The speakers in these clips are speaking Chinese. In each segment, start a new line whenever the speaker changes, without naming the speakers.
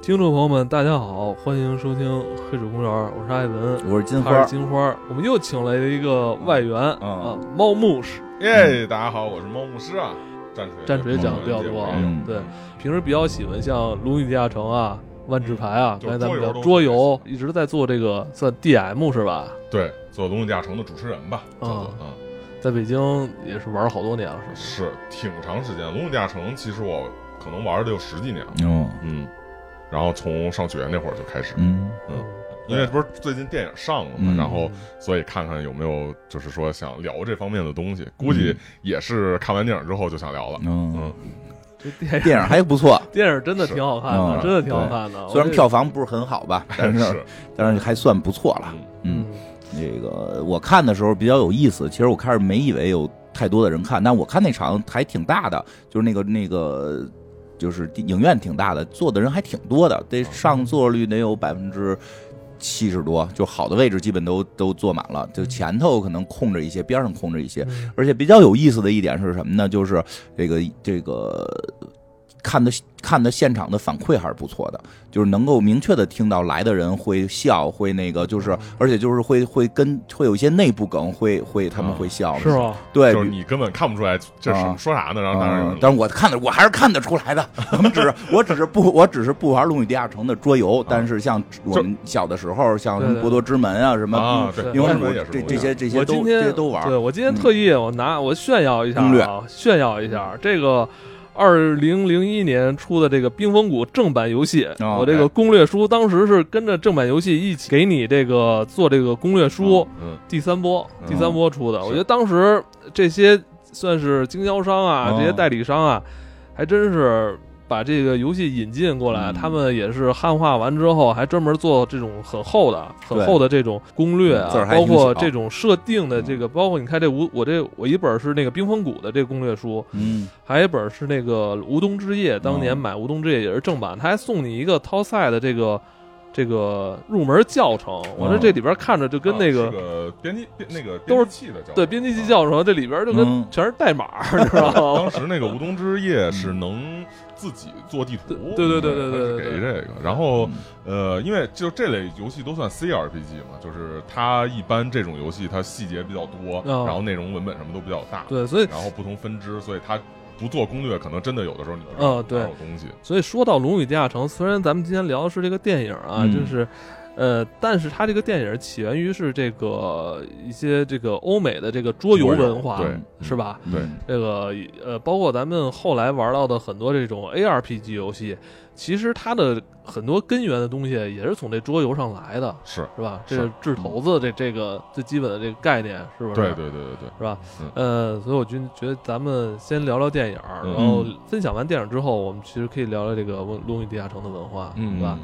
听众朋友们，大家好，欢迎收听《黑水公园》，我是艾文，
我是金花
他是金花，我们又请来了一个外援、啊，猫牧师。
耶，哎大家好，我是猫牧师啊，战锤
战锤讲的比较多啊，
嗯
对，平时比较喜欢像《龙与地下城》啊。万智牌啊，
就
刚
是
才咱们
桌游
聊
都
桌
是
游，一直在做这个算 DM 是吧？
对，做《龙与地下城》的主持人吧，叫做
啊
啊，
在北京也是玩了好多年了，是吧？
是挺长时间，《龙与地下城》其实我可能玩了得有十几年了，
哦，
嗯，然后从上学那会儿就开始，
嗯，
因为这不是最近电影上了嘛，
嗯
然后所以看看有没有就是说想聊这方面的东西，估计也是看完电影之后就想聊了，
嗯
嗯，
这电影
电影还不错，
电影真的挺好看的，
是嗯
真的挺好看的。
虽然
我这
票房不是很好吧，但是
是，
但是还算不错了。嗯
嗯
嗯，
这个我看的时候比较有意思，其实我开始没以为有太多的人看，但我看那场还挺大的，就是那个那个。就是影院挺大的，坐的人还挺多的，得上座率得有百分之七十多，就好的位置基本都都坐满了，就前头可能空着一些，边上空着一些，
嗯
而且比较有意思的一点是什么呢？就是这个这个看的看的现场的反馈还是不错的，就是能够明确的听到来的人会笑，会那个，就是而且就是会会跟会有一些内部梗，会会他们会笑，
是？吗？
对。
哦就是你根本看不出来这是
哎啊
说啥呢，然后当然有
啊、
人
但是我看的我还是看得出来的。我们只是我只是不我只是不玩《龙与地下城》的桌
哦
游，但是像我们小的时候，像什
对
么
对
《博多之门》啊，什么
啊，对，
《英
博
雄
多
主
也》是
这
不一样
这些这些
我
都
今
这
天
些都玩。嗯
对我今天特意我拿我炫耀一下
攻略
啊，炫耀一下这个。二零零一年出的这个《冰封谷》正版游戏，
哦
我这个攻略书当时是跟着正版游戏一起给你这个做这个攻略
哦
书。
嗯，
第三波，
嗯
第三波出的，
是
我觉得当时这些算是经销商啊，
哦
这些代理商啊，还真是把这个游戏引进过来，
嗯
他们也是汉化完之后，还专门做这种很厚的、很
对
厚的这种攻略啊
字儿，还
包
挺
括
小嗯
这种设定的这个，包括你看这无我这我一本是那个冰封谷的这个攻略书，
嗯，
还有一本是那个《无冬之夜》，当年买《无冬之夜》也是正版，他还送你一个掏赛的这个。这个入门教程，我
嗯
说这里边看着就跟那个
啊是个编辑编那个
都是
编辑器的叫
对，编辑器嗯
啊
教程这里边就跟
嗯
全是代码，你知道吗
当？时那个《无冬之夜》是能自己做地图，
嗯对对对对对
它是
对嗯
给这个。然后呃，因为就这类游戏都算 CRPG 嘛，就是它一般这种游戏它细节比较多，
啊
然后内容文本什么都比较大，
对，所以
然后不同分支，所以它不做攻略，可能真的有的时候你不知
啊
道
对
哪有东西。
所以说到《龙与地下城》，虽然咱们今天聊的是这个电影啊，
嗯
就是。呃，但是它这个电影起源于是这个一些这个欧美的这个桌游
桌游
文化，
对
是吧？
嗯
对
这个呃，包括咱们后来玩到的很多这种 ARPG 游戏，其实它的很多根源的东西也是从这桌游上来的，
是，
是吧？
是
这个掷骰子这这个最基本的这个概念，是不是？
对对对对对，
是吧？
嗯
呃，所以我觉得觉得咱们先聊聊电影儿，
嗯
然后分享完电影之后，我们其实可以聊聊这个《龙与地下城》的文化，
嗯
对吧？？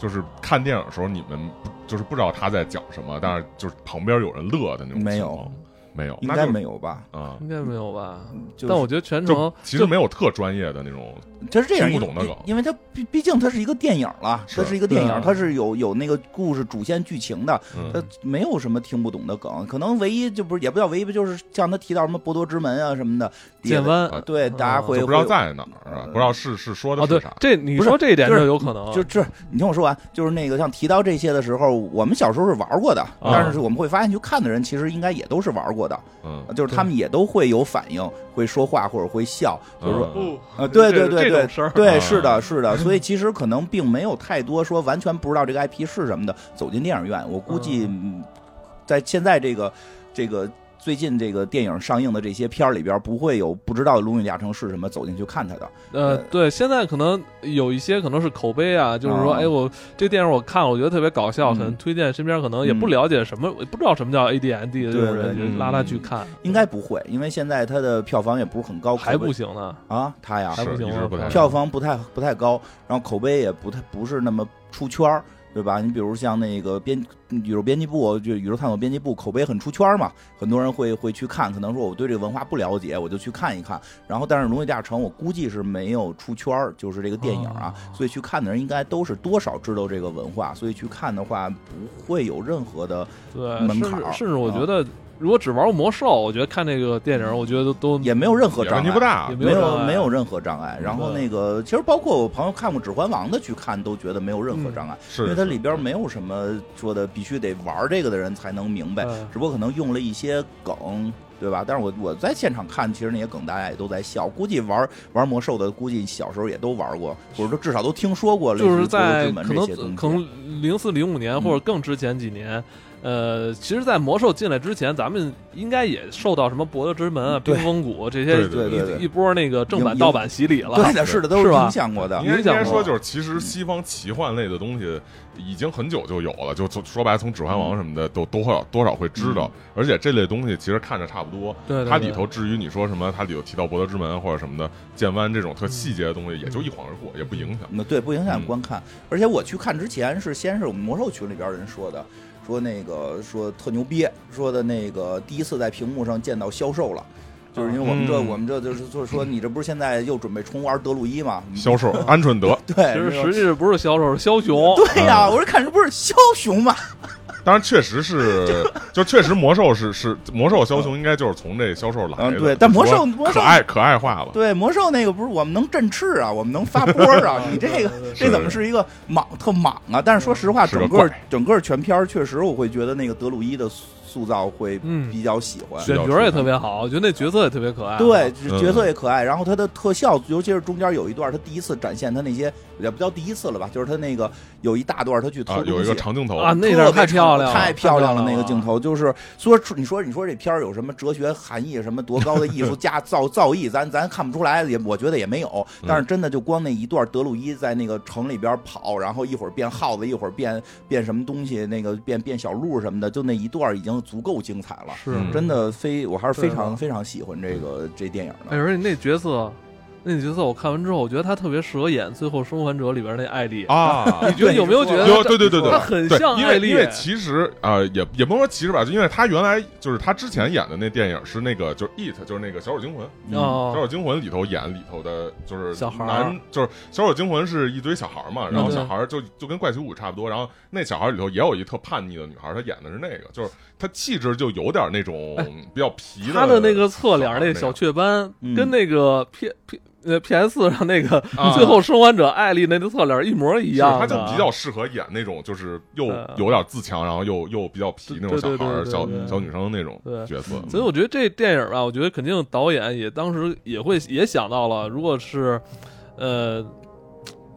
就是看电影的时候，你们不就是不知道他在讲什么，但是就是旁边有人乐的那种情况，
没有
没有，
应
那
该
就
没有吧？
啊，
应该没有吧？
就是
但我觉得全程
就其实没有特专业的那种，
它是这样，
听不懂的
因为
梗
因为它毕毕竟它是一个电影了，
是
它是一个电
对啊
影，它是有有那个故事主线剧情的，
嗯
它没有什么听不懂的梗，可能唯一就不是也不叫唯一吧，就是像他提到什么博多之门啊什么的，
见湾
啊
对
嗯
大家会
就不知道
会
在哪儿
呃
啊，不知道是是说的
哦，
是
对
啥，，
这你
不是
说这一点
就是
有可能，
就
嗯
这，你听我说完，就是那个像提到这些的时候，我们小时候是玩过的，但是我们会发现去看的人其实应该也都是玩过的，
嗯，
就是他们也都会有反应，会说话或者会笑，就是说
嗯
啊，对
哦这
对对
这
对
种，事儿，
对，
啊
是的，是的，所以其实可能并没有太多说完全不知道这个 IP 是什么的走进电影院。我估计嗯在现在这个这个最近这个电影上映的这些片儿里边，不会有不知道《龙与地下城》是什么走进去看它的。
呃，
呃
对，现在可能有一些可能是口碑啊，就是说，
啊
哎，我这电影我看了，我觉得特别搞笑，
嗯
可能推荐身边可能也不了解什么，也不知道什么叫 ADND 的这种人，
对
就
对
拉他
嗯
去看，
应该不会，因为现在它的票房也不是很高，
还
口碑
不行呢，
啊，它呀
还，不
是
行
一直
吗
不太
票
票房不太不太高，然后口碑也不太不是那么出圈儿。对吧？你比如像那个编宇宙编辑部，就宇宙探索编辑部，口碑很出圈儿嘛，很多人会会去看。可能说我对这个文化不了解，我就去看一看。然后，但是《龙与地下城》我估计是没有出圈儿，就是这个电影啊，所以去看的人应该都是多少知道这个文化，所以去看的话不会有任何的
对，
门
甚
槛
至
儿
甚至我
啊
觉得如果只玩过魔兽，我觉得看这个电影，我觉得都都
也没有任何
也
障
问题不
碍。
大
也。
没
有障碍
没有任何障碍，然后
对
那个其实包括我朋友看过《指环王》的去看，都觉得没有任何障碍，
是
因为它
是
里边没有什么说的必须得玩这个的人才能明白，
嗯
只不过可能用了一些梗，对吧？但是我我在现场看，其实那些梗大家也都在笑，估计玩玩魔兽的，估计小时候也都玩过，或者说至少都听说过类似
就
于
是
博物
在
之门
可
这些
能
东
可
西。嗯
能零四零五年或者更之前几年，呃，其实，在魔兽进来之前，咱们应该也受到什么博德之门啊、
嗯对
冰封谷这
对
些
对
对对
一一波那个正版
影
盗版洗礼了
对。的，是的，都
是吧
听见过的
应。该
影
应
响
该说，
我
就是其实西方奇幻类的东西已经很久就有了，就从说白，了，从《指
嗯
环王》什么的都多少多少会知道，而且这类东西其实看着差不多。
对对
它
对
里头至于你说什么，它里头提到博德之门或者什么的剑湾这种
嗯
特细节的东西，也就一晃而过，也不影响。
那对不影响
嗯
观看。而且我去看之前是先是我们魔兽群里边人说的，说那个说特牛逼，说的那个第一次在屏幕上见到销售了。就是因为我们这，
嗯
我们这就是就是说，你这不是现在又准备重玩德鲁伊吗？
嗯
销售鹌 鹑德，
对，
其实
是吧
实际不是枭首，是枭雄。
对呀、我说看这不是枭雄吗？
当然确实是，就确实魔兽是是魔兽
嗯
枭雄，应该就是从这销售来
嗯
的。
对但魔兽
只不
魔
过
兽
可爱可爱化了。
对，魔兽那个不是我们能振翅啊，我们能发波啊，你这个
对对对
这怎么是一个莽特莽啊？但是说实话，
是个
整个
怪
整个全片儿确实我会觉得那个德鲁伊的塑造会
嗯
比较喜欢，
选角也特别好，我觉得那角色也特别可爱。
对，
嗯
角色也可爱，然后他的特效，尤其是中间有一段，他第一次展现他那些也不叫第一次了吧，就是他那个有一大段他去偷
啊
东，西。
有一个长镜头
啊，那
特
段
别
太漂亮了，
太漂亮了
啊
那个镜
头。
头，就是说你说你说这片儿有什么哲学含义，什么多高的艺 术家造造诣，咱咱看不出来，也我觉得也没有。
嗯
但是真的就光那一段德鲁伊在那个城里边跑，然后一会儿变耗子，一会儿变变什么东西，那个变变小鹿什么的，就那一段已经足够精彩了。
是
嗯
真的非我还是非
对
常
的
非常喜欢这个这电影
哎，
的。
而且那角色，那角色我看完之后，我觉得他特别适合演《最后生还者》里边那艾丽。
啊，
你觉得有没有觉得
有对对对对
他呃很像
因
艾
为
丽
因为其实啊、呃也也不能说其实吧，就因为他原来就是他之前演的那电影是那个就是 It，就是那个小丑惊魂，
嗯
哦
小丑惊魂里头演里头的就是
小孩儿
男，就是小丑惊魂是一堆小孩儿嘛，然后
嗯
小孩儿就就跟怪奇物语差不多，然后那小孩儿里头也有一特叛逆的女孩儿，她演的是那个，就是她气质就有点那种比较皮的，
他哎的那个侧脸儿那
那
个小雀斑
嗯，
跟那个 P P 呃 P S 上那个
啊
《最后生还者》艾丽那个侧脸儿一模一
是
样
她
的，
就比较适合演那种就是又
嗯
有点自强，然后又又比较皮那种小
对对对
孩儿、
对
小
对
小女生那种
对
角色。
嗯
所以我觉得这电影吧，我觉得肯定导演也当时也会也想到了，如果是，呃，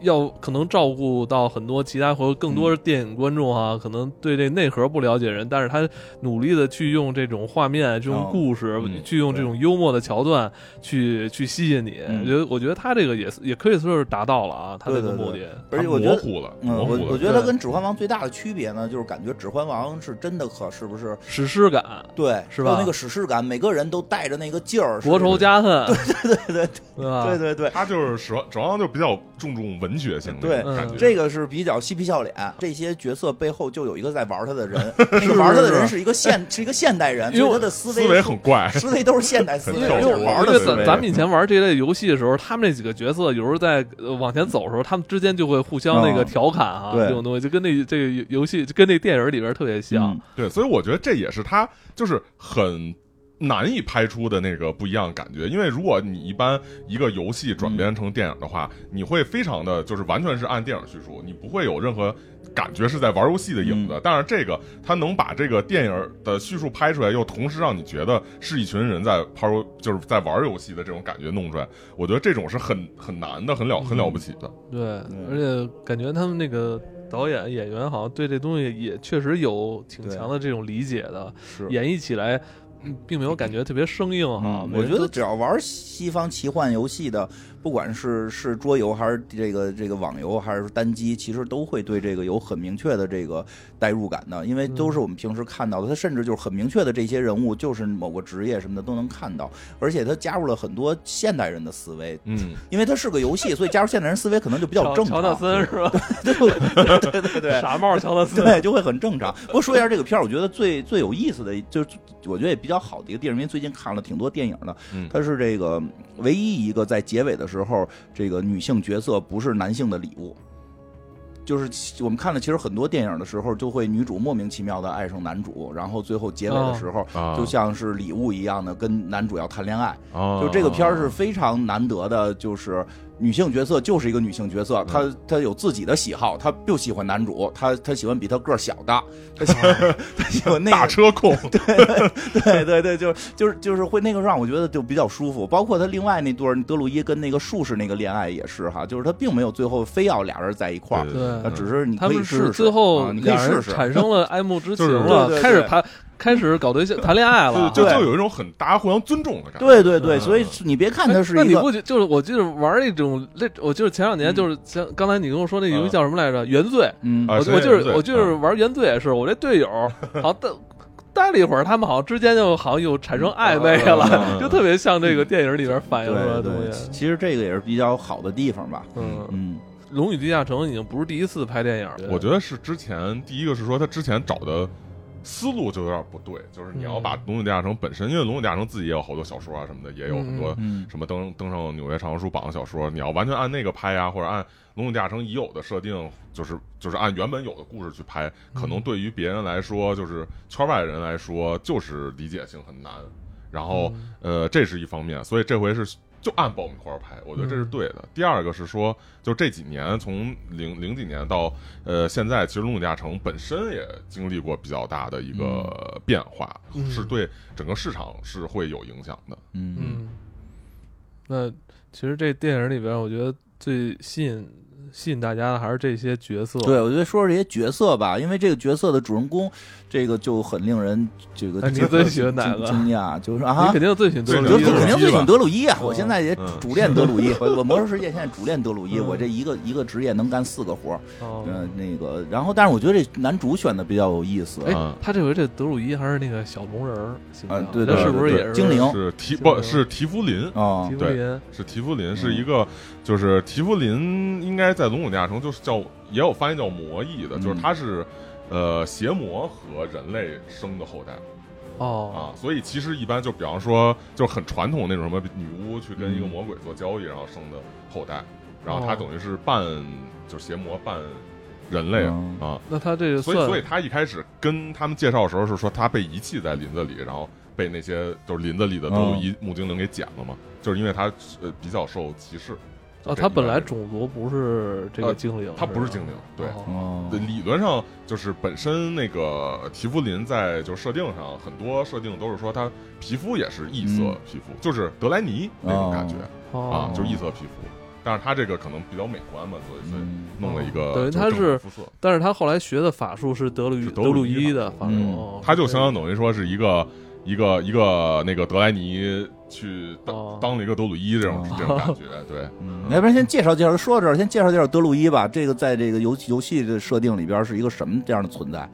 要可能照顾到很多其他或更
嗯
多电影观众啊，可能对这内核不了解人，但是他努力的去用这种画面、这种故事，
嗯
去用这种幽默的桥段去去吸引你。
嗯
我觉得我觉得他这个也是也可以说是达到了啊，他这个
对对对
目的。
而且
它
我觉
模
得
糊了，
嗯，
模糊
我
了。
我觉得它
对
跟《指环王》最大的区别呢，就是感觉《指环王》是真的可是不是？
史诗感，
对，
是吧
有那个史诗感，每个人都带着那个劲儿，是
国仇家恨，
对对
对吧？
对对对，
他就是指望指望就比较注重文学性的
对
那种感觉。
这个是比较嬉皮笑脸。这些角色背后就有一个在玩他的人，那个玩他的人是一个现是一个现代人，
因为
所以他的思
思维很怪，
思维都是现代思维，
因为
跳
因为
着
就是
我
玩
玩
觉
的
得
的思
思
咱
维
维。
咱们以前玩这类游戏的时候，他们那几个角色有时候在、呃往前走的时候，他们之间就会互相那个
啊
调侃啊，
对
这种东西就跟那这个游戏就跟那电影里边特别像。
嗯
对，所以我觉得这也是他就是很。难以拍出的那个不一样的感觉，因为如果你一般一个游戏转编成电影的话，你会非常的就是完全是按电影叙述，你不会有任何感觉是在玩游戏的影子。但是这个他能把这个电影的叙述拍出来，又同时让你觉得是一群人在玩游，就是在玩游戏的这种感觉弄出来，我觉得这种是很很难的，很了很了不起的。
对，而且感觉他们那个导演演员好像对这东西也确实有挺
对
强的这种理解的，
是
演绎起来、嗯并没有感觉特别生硬哈。
嗯
啊每
我
人
觉
都
得只要玩西方奇幻游戏的，不管是是桌游还是这个这个网游还是单机，其实都会对这个有很明确的这个代入感的，因为都
嗯
是我们平时看到的。它甚至就是很明确的这些人物，就是某个职业什么的都能看到，而且它加入了很多现代人的思维，
嗯，
因为它是个游戏，所以加入现代人思维可能就比较
乔
正
乔纳
常。
森是吧？
对 对对对对。
傻帽乔 纳森。
对，就会很正常。不过说一下这个片儿，我觉得最最有意思的，就是我觉得也比较好的一个电影，因为最近看了挺多电影的，
嗯
它是这个唯一一个在结尾的时候，这个女性角色不是男性的礼物。就是我们看了，其实很多电影的时候，就会女主莫名其妙的爱上男主，然后最后结尾的时候，
啊
嗯就像是礼物一样的跟男主要谈恋爱。
啊
就这个片儿是非常难得的，就是女性角色就是一个女性角色，她她有自己的喜好，她就喜欢男主，她她喜欢比她个儿小的，她喜欢她喜欢那
大
个
车控，
对对对，就是就是就是会那个让我觉得就比较舒服。包括他另外那对儿德鲁伊跟那个术士那个恋爱也是哈，就是他并没有最后非要俩人在一块儿，
对
啊只是你
他
可以
们
试
只
试，
最后
啊、你可以
俩人
试试。
产生了爱慕 之情
就是
了，
对对对
开始谈，开始搞对象、谈恋爱了。
就
啊对
就有一种很大家互相尊重的感觉。
对对对，
嗯
所以你别看他是
哎那
一
你
个
不觉就是我记得玩那种那，我就是前两年
嗯
就是前刚才你跟我说那游
嗯
戏叫什么来着？原罪。
嗯
啊
我
谁
我
也
就
不
是
对
我就是玩原罪也是，我这队友好像待待了一会儿，他们好像之间就好像有产生暧昧
嗯嗯
了，
嗯
就特别像这个电影里边反映出来的
对
东
对，
西啊
其。其实这个也是比较好的地方吧。
嗯，《
嗯
龙与地下城》已经不是第一次拍电影了，
我觉得是之前第一个是说他之前找的思路就有点不对，就是你要把
嗯
《龙与地下城》本身，因为《龙与地下城》自己也有好多小说啊什么的，也有很多
嗯
什么登登上纽约常书榜的小说，你要完全按那个拍啊，或者按《龙与地下城》已有的设定，就是就是按原本有的故事去拍，可
嗯
能对于别人来说，就是圈外人来说，就是理解性很难。然后，呃，这是一方面，所以这回是就按爆米花拍，我觉得
嗯
这是对的。第二个是说，就这几年从零零几年到呃现在，其实《龙与地下城》本身也经历过比较大的一个变化，
嗯
是对整个市场是会有影响的。
嗯
嗯，那其实这电影里边，我觉得最吸引吸引大家的还是这些角色。
对，我觉得说说这些角色吧，因为这个角色的主人公，这个就很令人这个
哎你最喜欢哪个
惊惊讶，就是啊，
你肯定最喜欢
最
德
我
鲁
就
伊
德
了
鲁
肯定
伊
最喜
吧
欢德鲁伊啊！我
嗯
现在也
嗯
主练德鲁伊，我我魔兽世界现在主练德鲁伊，
嗯
我这一个一个职业能干四个活儿。
哦
嗯，那个，然后但是我觉得这男主选的比较有意思。
哎
嗯，
他这回这德鲁伊还是那个小龙人儿形象，
嗯对
他
对
是不是
对
也是
精灵
是提
精灵
不是提夫林，
啊
吉，卜
对
林
是提夫林，
嗯
是一个就是提夫林应该在《龙与地下城》就是叫也有翻译叫魔裔的，
嗯
就是他是呃邪魔和人类生的后代啊
哦，，
所以其实一般就比方说就是很传统那种什么女巫去跟一个魔鬼做交易，然后生的后代，然后他
哦
等于是半就是邪魔半人类
嗯
啊，
那他这个
所
算
以，所以他一开始跟他们介绍的时候是说他被遗弃在林子里，然后被那些就是林子里的德鲁伊木精灵给捡了嘛，就是因为他呃比较受歧视。
哦，他本来种族不是这个精灵，
呃他不是
吧
精灵，对。
哦
哦
对理论上就是本身那个提夫林在就是设定上很多设定都是说他皮肤也是异色
嗯
皮肤，就是德莱尼那种感觉、啊
哦，，
就是异色皮肤。但是他这个可能比较美观嘛，所以所以
嗯
弄了一个
哦等于
就
他
正
是
好肤色，
但是他后来学的法术是德鲁伊
是德
德
鲁伊
鲁伊的法
法
术
术，嗯
哦
他就相当等于说是一个一个一个那个德莱尼去
哦
当当了一个德鲁伊这种
哦
这种感觉，对，
嗯要不然先介绍介绍，说到这儿，先介绍介绍德鲁伊吧。这个在这个游戏游戏的设定里边是一个什么这样的存在？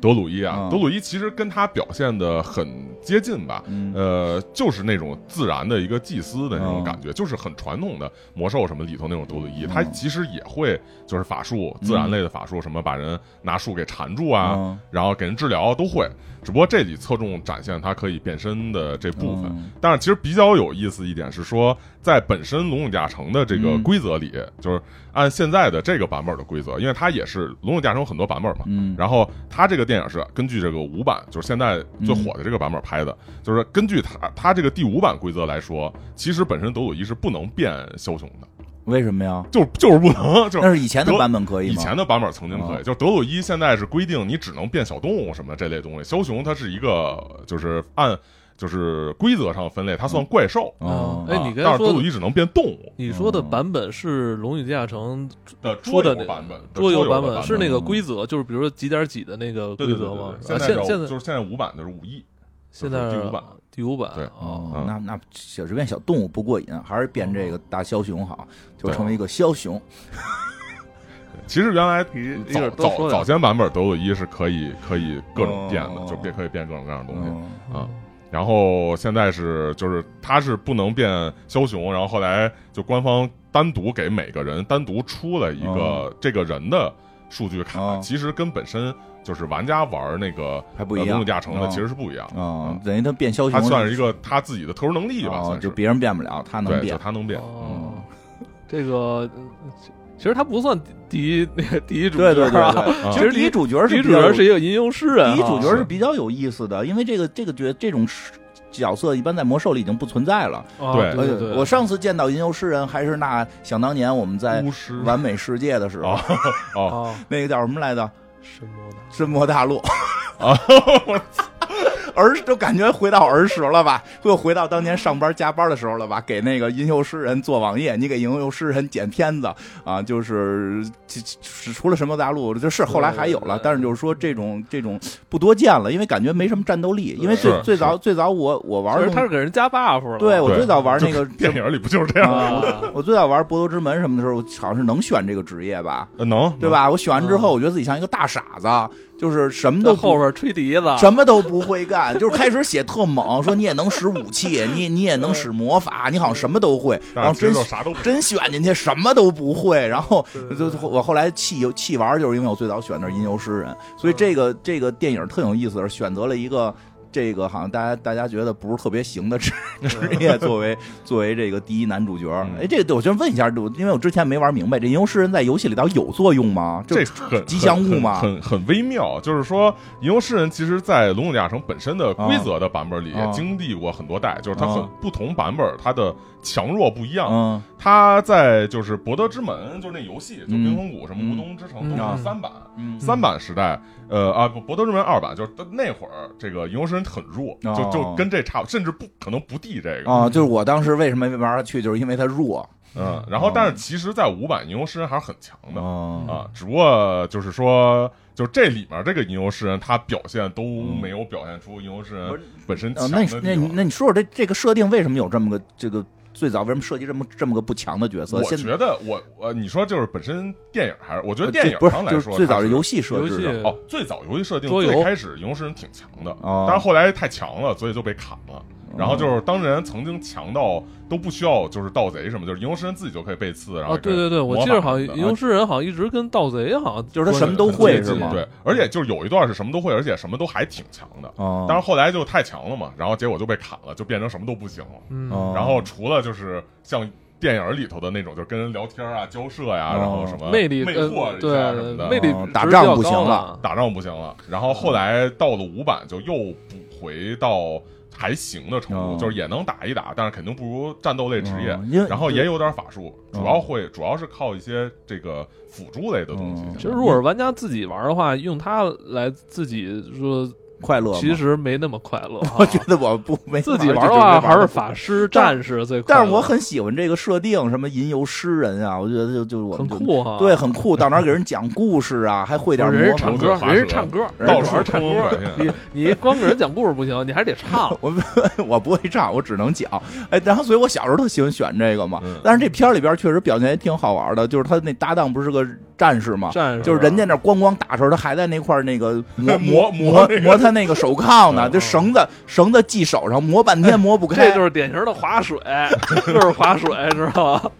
德鲁伊啊，
嗯
德鲁伊其实跟他表现的很接近吧。
嗯
呃，就是那种自然的一个祭司的那种
嗯
感觉，就是很传统的魔兽什么里头那种德鲁伊，他
嗯
其实也会就是法术，自然类的法术，什么把人拿树给缠住啊，
嗯
然后给人治疗都会，只不过这里侧重展现他可以变身的这部分。
嗯
但是其实比较有意思一点是说，在本身《龙与地下城》的这个
嗯
规则里，就是按现在的这个版本的规则，因为它也是《龙与地下城》有很多版本嘛。
嗯，
然后它这个电影是根据这个五版，就是现在最火的这个版本拍的，就是根据它它这个第五版规则来说，其实本身德鲁伊是不能变枭雄的，
为什么呀？
就就是不能， 就是
那是以前的版本可以
以啊
吗？
前的版本曾经可以，
哦
就是德鲁伊现在是规定你只能变小动物什么这类东西。枭雄它是一个就是按就是规则上分类，它算怪兽。
哦
哎
嗯啊
你刚才
但是
说
德鲁伊只能变动物
你说
嗯
的版本是《龙与地下城》
的
说
桌
的
游
那
版本，
桌
游
游版
本嗯
本是那个规则，就是比如说几点几的那个
对
规
对对
则
对对
吗？
对
啊
现在叫
现
就是现在五版就是五亿，
现在
第五版
第五版
对
哦，
哦
嗯，
那那小随便小动物不过瘾，还是变这个大枭雄好，就
对
成为一个枭雄。
其实原来
一会
早
儿多
早
说
早
点
先版本德鲁伊是可以可以各种变的，
哦
就变可以变各种各样的东西。
嗯
啊。然后现在是就是他是不能变枭雄，然后后来就官方单独给每个人单独出了一个
哦
这个人的数据卡，
哦
其实跟本身就是玩家玩那个
还不一样
呃龙与地下城的
哦
其实是不一样的
啊
嗯，
等于他变枭雄，
他算是一个他自己的特殊能力吧，
哦
算，是
哦
嗯
就别人变不了，他能哦
对，就
变。
他能变，
哦，这个嗯其实他不算第一那个第一主角、啊，
对对对对，
啊
其实第一主角
第一
是比
主
较有
角是一个吟游诗人啊，
第一主角
是
是比较有意思的，因为这个这个角这种角色一般在魔兽里已经不存在了。
啊
对
对
呃
对，
我上次见到吟游诗人还是那想当年我们在
巫师
完美世界的时候，
啊哦，
啊
那个叫什么来着？
什么的，
神魔大陆儿就感觉回到儿时了吧，又回到当年上班加班的时候了吧？给那个吟游诗人做网页，你给吟游诗人剪片子啊，就是其其除了神魔大陆，就是后来还有
对对
了
对，
但是就是说这种这种不多见了，因为感觉没什么战斗力，因为最
是
最早最早我我玩
其
儿
实他是给人加 buff 了，
对我
对
最早玩那个
电影里不就是这样吗？
啊
啊，
我最早玩《博德之门》什么的时候，好像是能选这个职业吧，
呃能
嗯对？吧？我选完之后，我觉得自己像一个大傻子，就是什么都
到
不
后边吹笛
啊
子，
什么都不会干， 就是开始写特猛， 说你也能使武器，你你也能使魔法，你好像什么都会，然
能但
后
是其
真
实就啥都不
真选进去什么都不会，然后
对
就就我后来弃游弃玩，就是因为我最早选的是吟游诗人，
嗯
所以这个这个电影特有意思，是选择了一个。这个好像大家大家觉得不是特别行 的职职业，作为作为这个第一男主角，
嗯
哎，这个我先问一下，我因为我之前没玩明白，这吟游诗人在游戏里头有作用吗？就
这很
吉祥物
很
嘛
很很微妙。就是说，吟游诗人其实，在《龙与地下城》本身的规则的版本里，
啊啊
也经历过很多代，就是它很
啊
不同版本它的强弱不一样。
嗯
它在就是《博德之门》，就是那游戏，就
嗯
冰封谷什么
嗯
乌冬之城
嗯
都
啊
是三版。
嗯
三版时代，呃啊，不，《博德之门》二版就是那会儿，这个吟游诗人很弱，就
哦
就跟这差不，甚至不可能不敌这个。
啊，就是我当时为什么没玩下去，就是因为它弱，
嗯，然后但是其实，在五版吟游诗人还是很强的。
啊
啊，只不过就是说，就是这里面这个吟游诗人，他表现都没有表现出吟游诗
嗯不
人
是
本身
呃
强
那
的
你
地方。
那你那你说说这这个设定为什么有这么个这个最早为什么设计这么这么个不强的角色？
我
现在
觉得我呃，你说就是本身电影还是，我觉得
呃
电
这
影
不
上
是
来
就是
说它，
最早是游戏设
游
置
戏
的，
哦，最早游戏设定
桌游
最开始吟游诗人挺强的，
哦
但是后来太强了，所以就被砍了。然后就是当人曾经强到都不需要就是盗贼什么，就是吟游诗人自己就可以背刺，然后
啊，对对对，我记得好像吟游诗人好像一直跟盗贼好像
就是他什么都
啊对
会是吗？
对，而且就是有一段是什么都会，而且什么都还挺强的。
哦，
但是后来就太强了嘛，然后结果就被砍了，就变成什么都不行了。
嗯
哦
然后除了就是像电影里头的那种，就跟人聊天啊、交涉呀、
哦
然后什么
魅力
魅
呃
惑一下什么的，啊
对魅力
哦
值
打
比
仗
较
不行
高
了，
打仗不行了。然后后来到了五版就又补回到还行的程度，
哦
就是也能打一打，但是肯定不如战斗类职业。
哦因为
然后也有点法术，主要会主要是靠一些这个辅助类的东西
哦。
其实如果是玩家自己玩的话，用它来自己说，
快乐吗，
其实没那么快 乐啊。
我觉得我不没
自己
玩
玩的
儿哎就
话，
没玩
还
儿
是
过
法师、
但
战士最快乐。
但是我很喜欢这个设定，什么吟游诗人啊，我觉得就就我
很
们就
酷啊哈，
对，很酷，到哪儿给人讲故事啊，还会点
人家
魔法
唱歌，
啊
常。法
人
师
家唱歌，
到
人
处
家唱
唱歌
歌。你你光给人讲故事不行，你还得唱。
我 我不会唱，我只能讲。哎，然后所以我小时候特喜欢选这个嘛。
嗯
但是这片儿里边确实表现也挺好玩的，就是他那搭档不是个战士嘛，
战士啊
就是人家那咣咣打的时候，他还在那块儿那 个磨
啊
磨
磨磨那个
磨他那个手铐呢，
嗯
这绳子绳子系手上，磨半天磨 不 开。
这就是典型的划水， 就是划水，知道吗？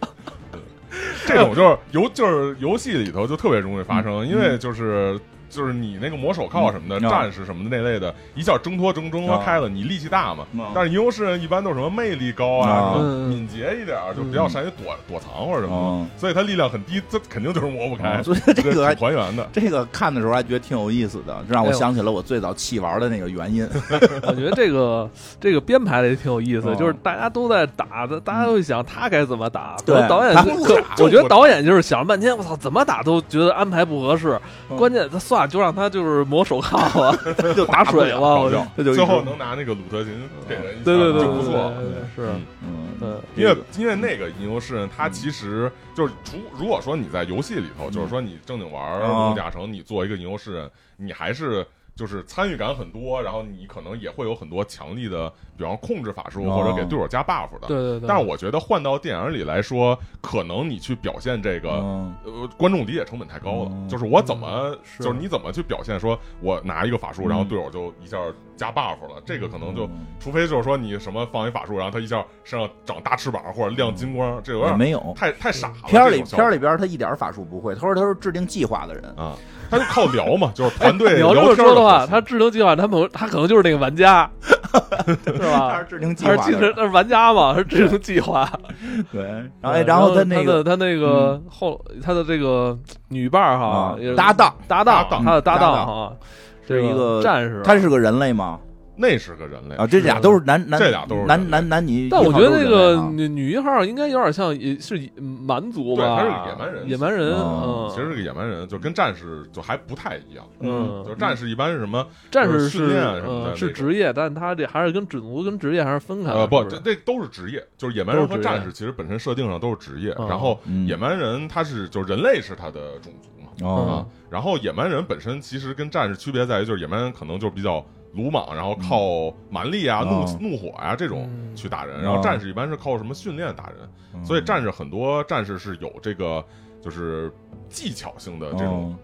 这种就是游就是游戏里头就特别容易发生，因为就是。就是你那个磨手铐什么的，
嗯嗯啊
战士什么的那类的，一下挣脱挣挣脱
啊
开了，你力气大嘛
嗯。
但是吟游诗人一般都是什么魅力高啊，
啊
什么
嗯
敏捷一点儿，就比较善于躲躲藏或者什么
嗯
的，所以他力量很低，这肯定就是磨不开
嗯。所以这个还
挺还原的，
这个看的时候还觉得挺有意思的，这让我
哎呦
想起了我最早弃玩的那个原因。
我觉得这个这个编排的也挺有意思，
哦
就是大家都在打，大大家都想他该怎么打。
对
可能导演
他
就
不
可
打
我觉得导演就是想了半天，我操，怎么打都觉得安排不合适。
嗯
关键他算了，就让他就是磨手铐 啊，就打水了。
搞
我就。
笑
哦这就一
最后
直
能拿那个鲁特琴给人一下，
对对对，
就
对
不错。
对对是
嗯
嗯，
嗯
因为因为那个吟游诗人，他其实就是除如果说你在游戏里头，就是说你正经玩儿《
啊
龙与地下城》，你做一个吟游诗人，你还是就是参与感很多，然后你可能也会有很多强力的，比方控制法术
啊
或者给队友加 buff 的。
对对对。
但是我觉得换到电影里来说，可能你去表现这个，
嗯
呃，观众理解成本太高了。
嗯
就是我怎么，
是
就是你怎么去表现，说我拿一个法术，然后队友就一下加 buff 了，这个可能就，
嗯
除非就是说你什么放一法术，然后他一下身上长大翅膀或者亮金光，这有
也
点
没有。
太太傻了。
片儿里
这种效
片
果
儿里边儿他一点儿法术不会，他说他是制定计划的人，
啊，他就靠聊嘛，就是团队
你要这么
天儿
说的话，
就行
他智能计划，他可能他可能就是那个玩家，是
他
吧
是？制定计
他是
划
制
的，
定，他是玩家嘛，他是制定计划。
对。然后 哎，
对
然后他
的
那个嗯
他那个后他的这个女伴儿哈
啊，
也是
搭档
搭
搭
档，
档
他的搭
搭
档
档
哈，
是一个
战士。
他是个人类吗？
那是个人类
啊，这俩
是
都是男男，
这俩都是人
男
类
男男女一号
但
都
我
是人类
觉得
啊。
那个女女一号应该有点像，也是以蛮族吧？
对她是野蛮人
野蛮人。
哦
嗯，
其实这个野蛮人就跟战士就还不太一样，
嗯
就是战士一般是什么？
战
就
士
是
是
训练啊什么的
嗯
那
是
种
职业，但他这还是跟种族跟职业还是分开的。
呃，不，
是
这
是
这都是职业，就是野蛮人
嗯都
和
是职业
战士其实本身设定上都是职业。
嗯
然后
嗯
野蛮人他是就人类是他的种族嘛，
哦
嗯
啊，然后野蛮人本身其实跟战士区别在于，就是野蛮人可能就比较鲁莽，然后靠蛮力啊、
哦
怒怒火呀、这种
嗯
去打人，
哦
然后战士一般是靠什么训练打人，
嗯
所以战士很多战士是有这个就是技巧性
哦
的这种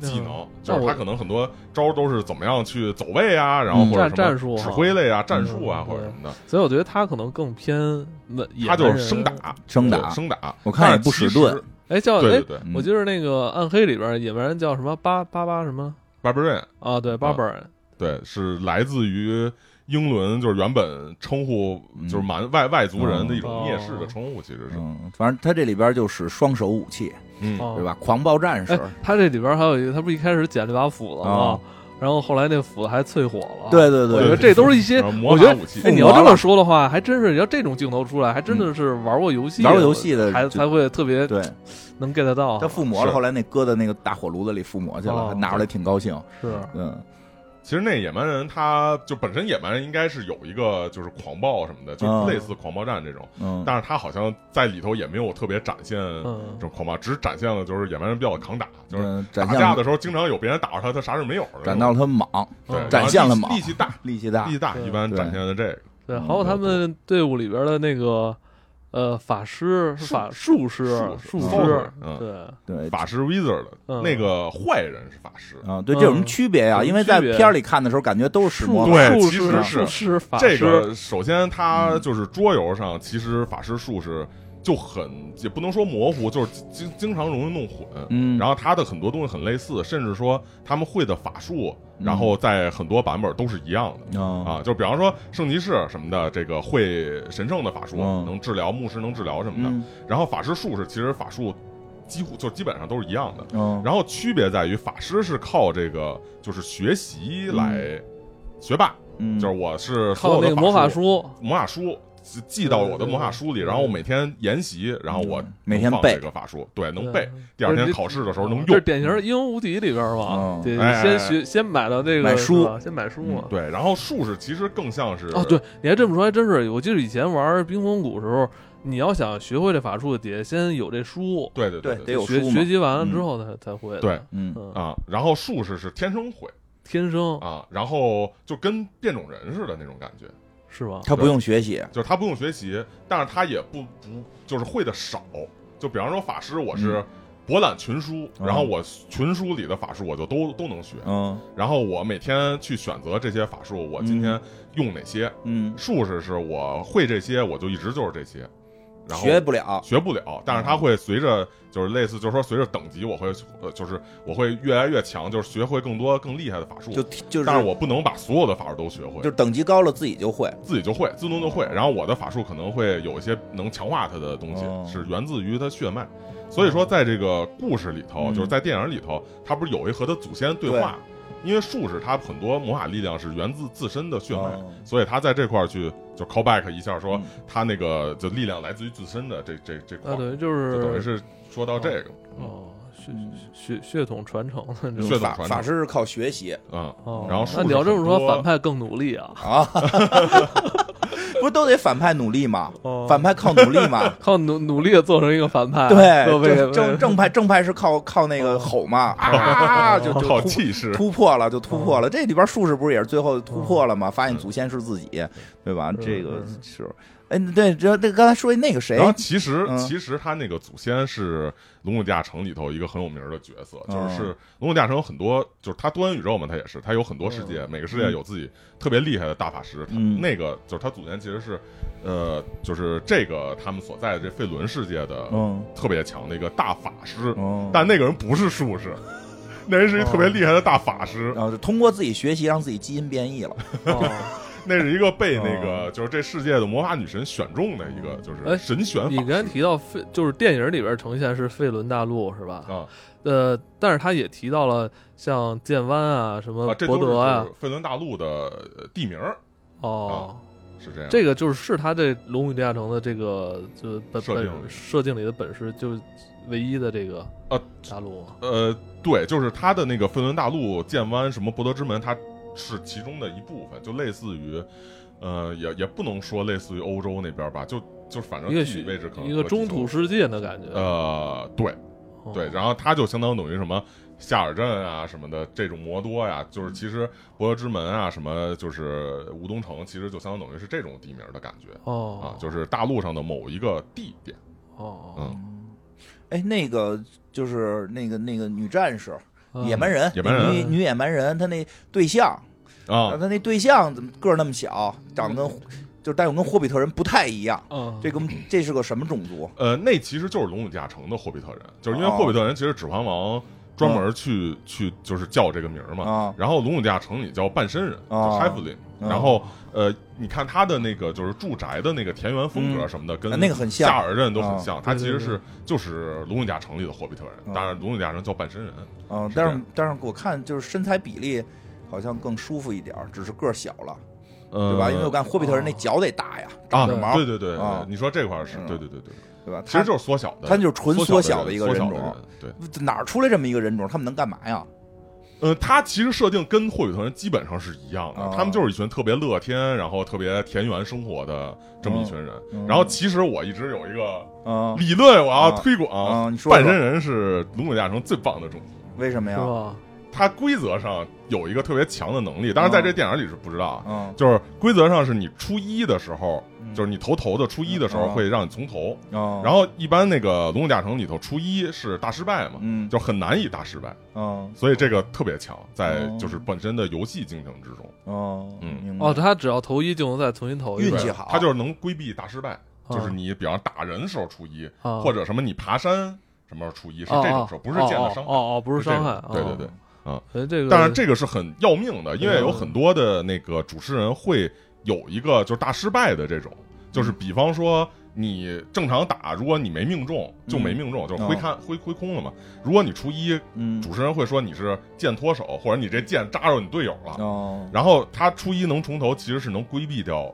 技能，
嗯
就
那
是
我
他可能很多招都是怎么样去走位啊，然后
嗯
或者
战
什
战术
么指
哈
挥类啊、战术啊
嗯
或者什么的，
所以我觉得他可能更偏那野
他
蛮
就是
人
生。打。
生
对
打，
生打，
我看也
但是
不使
其实
盾。
哎，叫
对
哎
对，对，
嗯
我记得那个《暗黑》里边野蛮人叫什么巴巴巴什么
巴 b a r i a n
啊？对，巴本人。
对，是来自于英伦，就是原本称呼
嗯
就是蛮外外族人的一种
哦
蔑视的称呼，其实是，
嗯，反正他这里边就使双手武器，
嗯，
哦
对吧？狂暴战士
哎，，他这里边还有一个，他不是一开始捡了把斧子吗
啊？
然后后来那斧子还淬火了。啊
对对
我觉得
对，
这都是一些
然后，魔
我觉
法
得
武器嗯
哎，，你要这么说的话，还真是要这种镜头出来，还真的是玩过游戏的、
玩过游戏的
才
就
才会特别
对
能 get 到。啊
他附魔了，
是
后来那搁在那个大火炉子里附魔去了，
哦
他拿出来挺高兴，
是，
嗯，
其实那野蛮人他就本身野蛮人应该是有一个就是狂暴什么的，
嗯
就类似狂暴战这种，
嗯，
但是他好像在里头也没有特别展现
嗯
这种狂暴，只展现了就是野蛮人比较扛打，就是
嗯
打
展现
架的
了
时候经常有别人打着他，他啥事没有的那种，
展到了他莽，
嗯
对然后
展现了
力
嘛
力气大，
力气大
力气，大，
对
一般展现的这个。
对，
嗯
还有他们队伍里边的那个呃法师、
术
法术师、术
术
师，
嗯，
对，
对。
法师 wizard
嗯
那个坏人是法师，
啊，对，这有什么
嗯
区别
有什
呀？
么
因为在
区别
片儿里看的时候，感觉都是使魔
术
法，
对
术
其
师、
实
术
是
师、法
这
师，
个首先它就是桌游上，其实法师术是就很也不能说模糊，就是经经常容易弄混。
嗯
然后它的很多东西很类似，甚至说他们会的法术，
嗯
然后在很多版本都是一样的。
啊
啊，就比方说圣骑士什么的，这个会神圣的法术
嗯
能治疗，牧师能治疗什么的。
嗯
然后法师术是其实法术几乎就基本上都是一样的，
嗯
然后区别在于法师是靠这个就是学习来学霸，
嗯，
就是我是所
靠
有
那
的
个魔
法
法书，
魔法书记记到我的魔法书
对
里，
对对
然后我每天研习，然后我
嗯每天
能放
背
这个法术，对，能
对
背。第二天考试的时候能
啊这是
用。嗯
典型的《英雄无敌》里边嘛
嗯，
得
哎哎
先
哎嗯
学，先买到这个
买书
是吧先买书嘛。
对，然后术士其实更像是
哦，对，，你还这么说，还真是。我记得以前玩冰风谷的时候，你要想学会这法术，得先有这书，
对对
对，得
对
有
学
书嘛
学，习完了之后才、才会的。
嗯对，
嗯
嗯，
啊。然后术士是天生会
天生
啊，然后就跟变种人似的那种感觉，
是吧？
他不用学习，
就是他不用学习，但是他也不不就是会的少。就比方说法师，我是博览群书，
嗯
然后我群书里的法术我就都都能学，
嗯
然后我每天去选择这些法术，我今天用哪些。
嗯，
术士是我会这些，我就一直就是这些，然后
学嗯不了，
学不了，但是他会随着就是类似就是说随着等级，我会呃就是我会越来越强，就是学会更多更厉害的法术。
就就是
但是我不能把所有的法术都学
就
会，
等级高了自己就会，
自己就会自动就会。然后我的法术可能会有一些能强化它的东西
哦，
是源自于它血脉。所以说，在这个故事里头，
嗯
就是在电影里头，他不是有一和他祖先对话？因为术士他很多魔法力量是源自自身的血脉，
哦
所以他在这块儿去就 call back 一下说，
嗯
他那个就力量来自于自身的这这这
那
块儿，
等于就
就是等于是说到这个，
哦，血
嗯
血血统传承的这
血
种。
统
法
传承
法师是靠学 习
嗯，
哦，
然后术
那
士
你要这么说，
很多
反派更努力啊，
啊， 不是都得反派努力吗？
哦。
反派靠努力嘛
靠努努力的做成一个反派，
对
就，啊被哦被
正正正派正派是靠靠那个吼 嘛啊，就就
靠
突
气势，
突破了就突破
哦
了。这里边术士不是也是最后突破了吗？发现祖先是自己，对吧？
是
这个
是
是，哎，对，这这刚才说那个谁
然，后其实、
嗯
其实他那个祖先是《龙与地下城》里头一个很有名的角色，就
嗯
是是《龙与地下城》有很多就是他多元宇宙嘛，他也是他有很多世界，每个世界有自己特别厉害的大法师。他
嗯
那个就是他祖先其实是，呃，就是这个他们所在的这费伦世界的、
嗯
特别强的一个大法师，
嗯，
但那个人不是术士， 那人是一特别厉害的大法师。
嗯然后就通过自己学习让自己基因变异了，
哦
那是一个被那
嗯
个就是这世界的魔法女神选中的一个就是
哎
神选
你
法
刚才提到费，就是电影里边呈现是费伦大陆是吧？
啊
呃，但是他也提到了像剑湾啊、什么
啊，这
博
都
德啊
是，费伦大陆的呃地名儿
哦，
是这样。
这个就是是他这《龙与地下城》的这个就是本
设定
本设定里的本事，就是唯一的这个
啊
大陆嘛
呃，对，就是它的那个费伦大陆、剑湾什么博德之门，它是其中的一部分，就类似于，呃，也也不能说类似于欧洲那边吧，就就反正
一个
地理位置可能
一个
和
中
地球
土世界的感觉。
呃，对
哦
对，然后它就相当于等于什么夏尔镇啊什么的这种摩多呀，就是其实博德之门啊什么就是吴东城，其实就相当等于是这种地名的感觉啊
哦，
就是大陆上的某一个地点，啊
哦，
嗯，
哎，那个就是那个那个女战士，
嗯
野蛮人，
野蛮人
女女野蛮人，她那对象，
哎
啊，
她那对象怎么个儿那么小，长得跟就是但又跟霍比特人不太一样，
嗯，
这个这是个什么种族？
呃，那其实就是《龙与地下城》的霍比特人，就是因为
哦嗯
霍比特人其实《指环王》专门去、去就是叫这个名儿嘛。
啊
然后《龙与地下城》里叫半身人，
哦
就 Halfling、
嗯
然后呃，你看他的那个就是住宅的那个田园风格什么的，
啊
跟
那个很像
夏尔镇都很像。他
对
其
对对
实是就是《龙与地下城》里的霍比特人，
嗯
当然《龙与地下城》叫半身人。
啊！
是这
但是
样
但是我看就是身材比例好像更舒服一点儿，只是个儿小了，
呃，
对吧？因为我看霍比特人那
哦
脚得大呀，
啊
长着毛
对，对对，
啊
你说这块儿是
嗯
对对对对，
对吧？
其实
他
就是缩小的，
他就是纯
缩
缩小的
的人
一个
缩
人
小的
种
人，对。
哪儿出来这么一个人种？他们能干嘛呀？
呃，他其实设定跟霍比特人基本上是一样的，
哦
他们就是一群特别乐天，然后特别田园生活的这么一群人。
嗯
然后其实我一直有一个
啊，
理论，我要
啊
推广，
啊你说
哦半
说
身人是龙骨大城最棒的种族。
为什么
是
呀？
吧？
它规则上有一个特别强的能力，当然在
嗯
这电影里是不知道，啊
嗯
就是规则上是你初一的时候，
嗯
就是你投头的初一的时候
嗯
会让你从头，
啊，
然后一般那个龙骨大城里头初一是大失败嘛，
嗯
就很难以大失败。
嗯
所以这个特别强，在
哦
就是本身的游戏进程之中，
哦，
嗯
明白
哦，他只要投一就能再重新投一
运
遍，
气
对
好
它就是能规避大失败，
啊
就是你比方打人时候初一，
啊
或者什么你爬山什么时候初一，是
哦
这种
哦
时候，不是剑的伤
哦
害。
哦哦，不是
这
伤
种
害，
对
哦
对对。
所以这个，
当然，这个是很要命的，因为
嗯
有很多的那个主持人会有一个就是大失败的这种，就是比方说你正常打，如果你没命中就没命中，就是挥看挥挥空了嘛。如果你初一，
嗯
主持人会说你是剑脱手，或者你这剑扎着你队友了，
哦，
然后他初一能重头，其实是能规避掉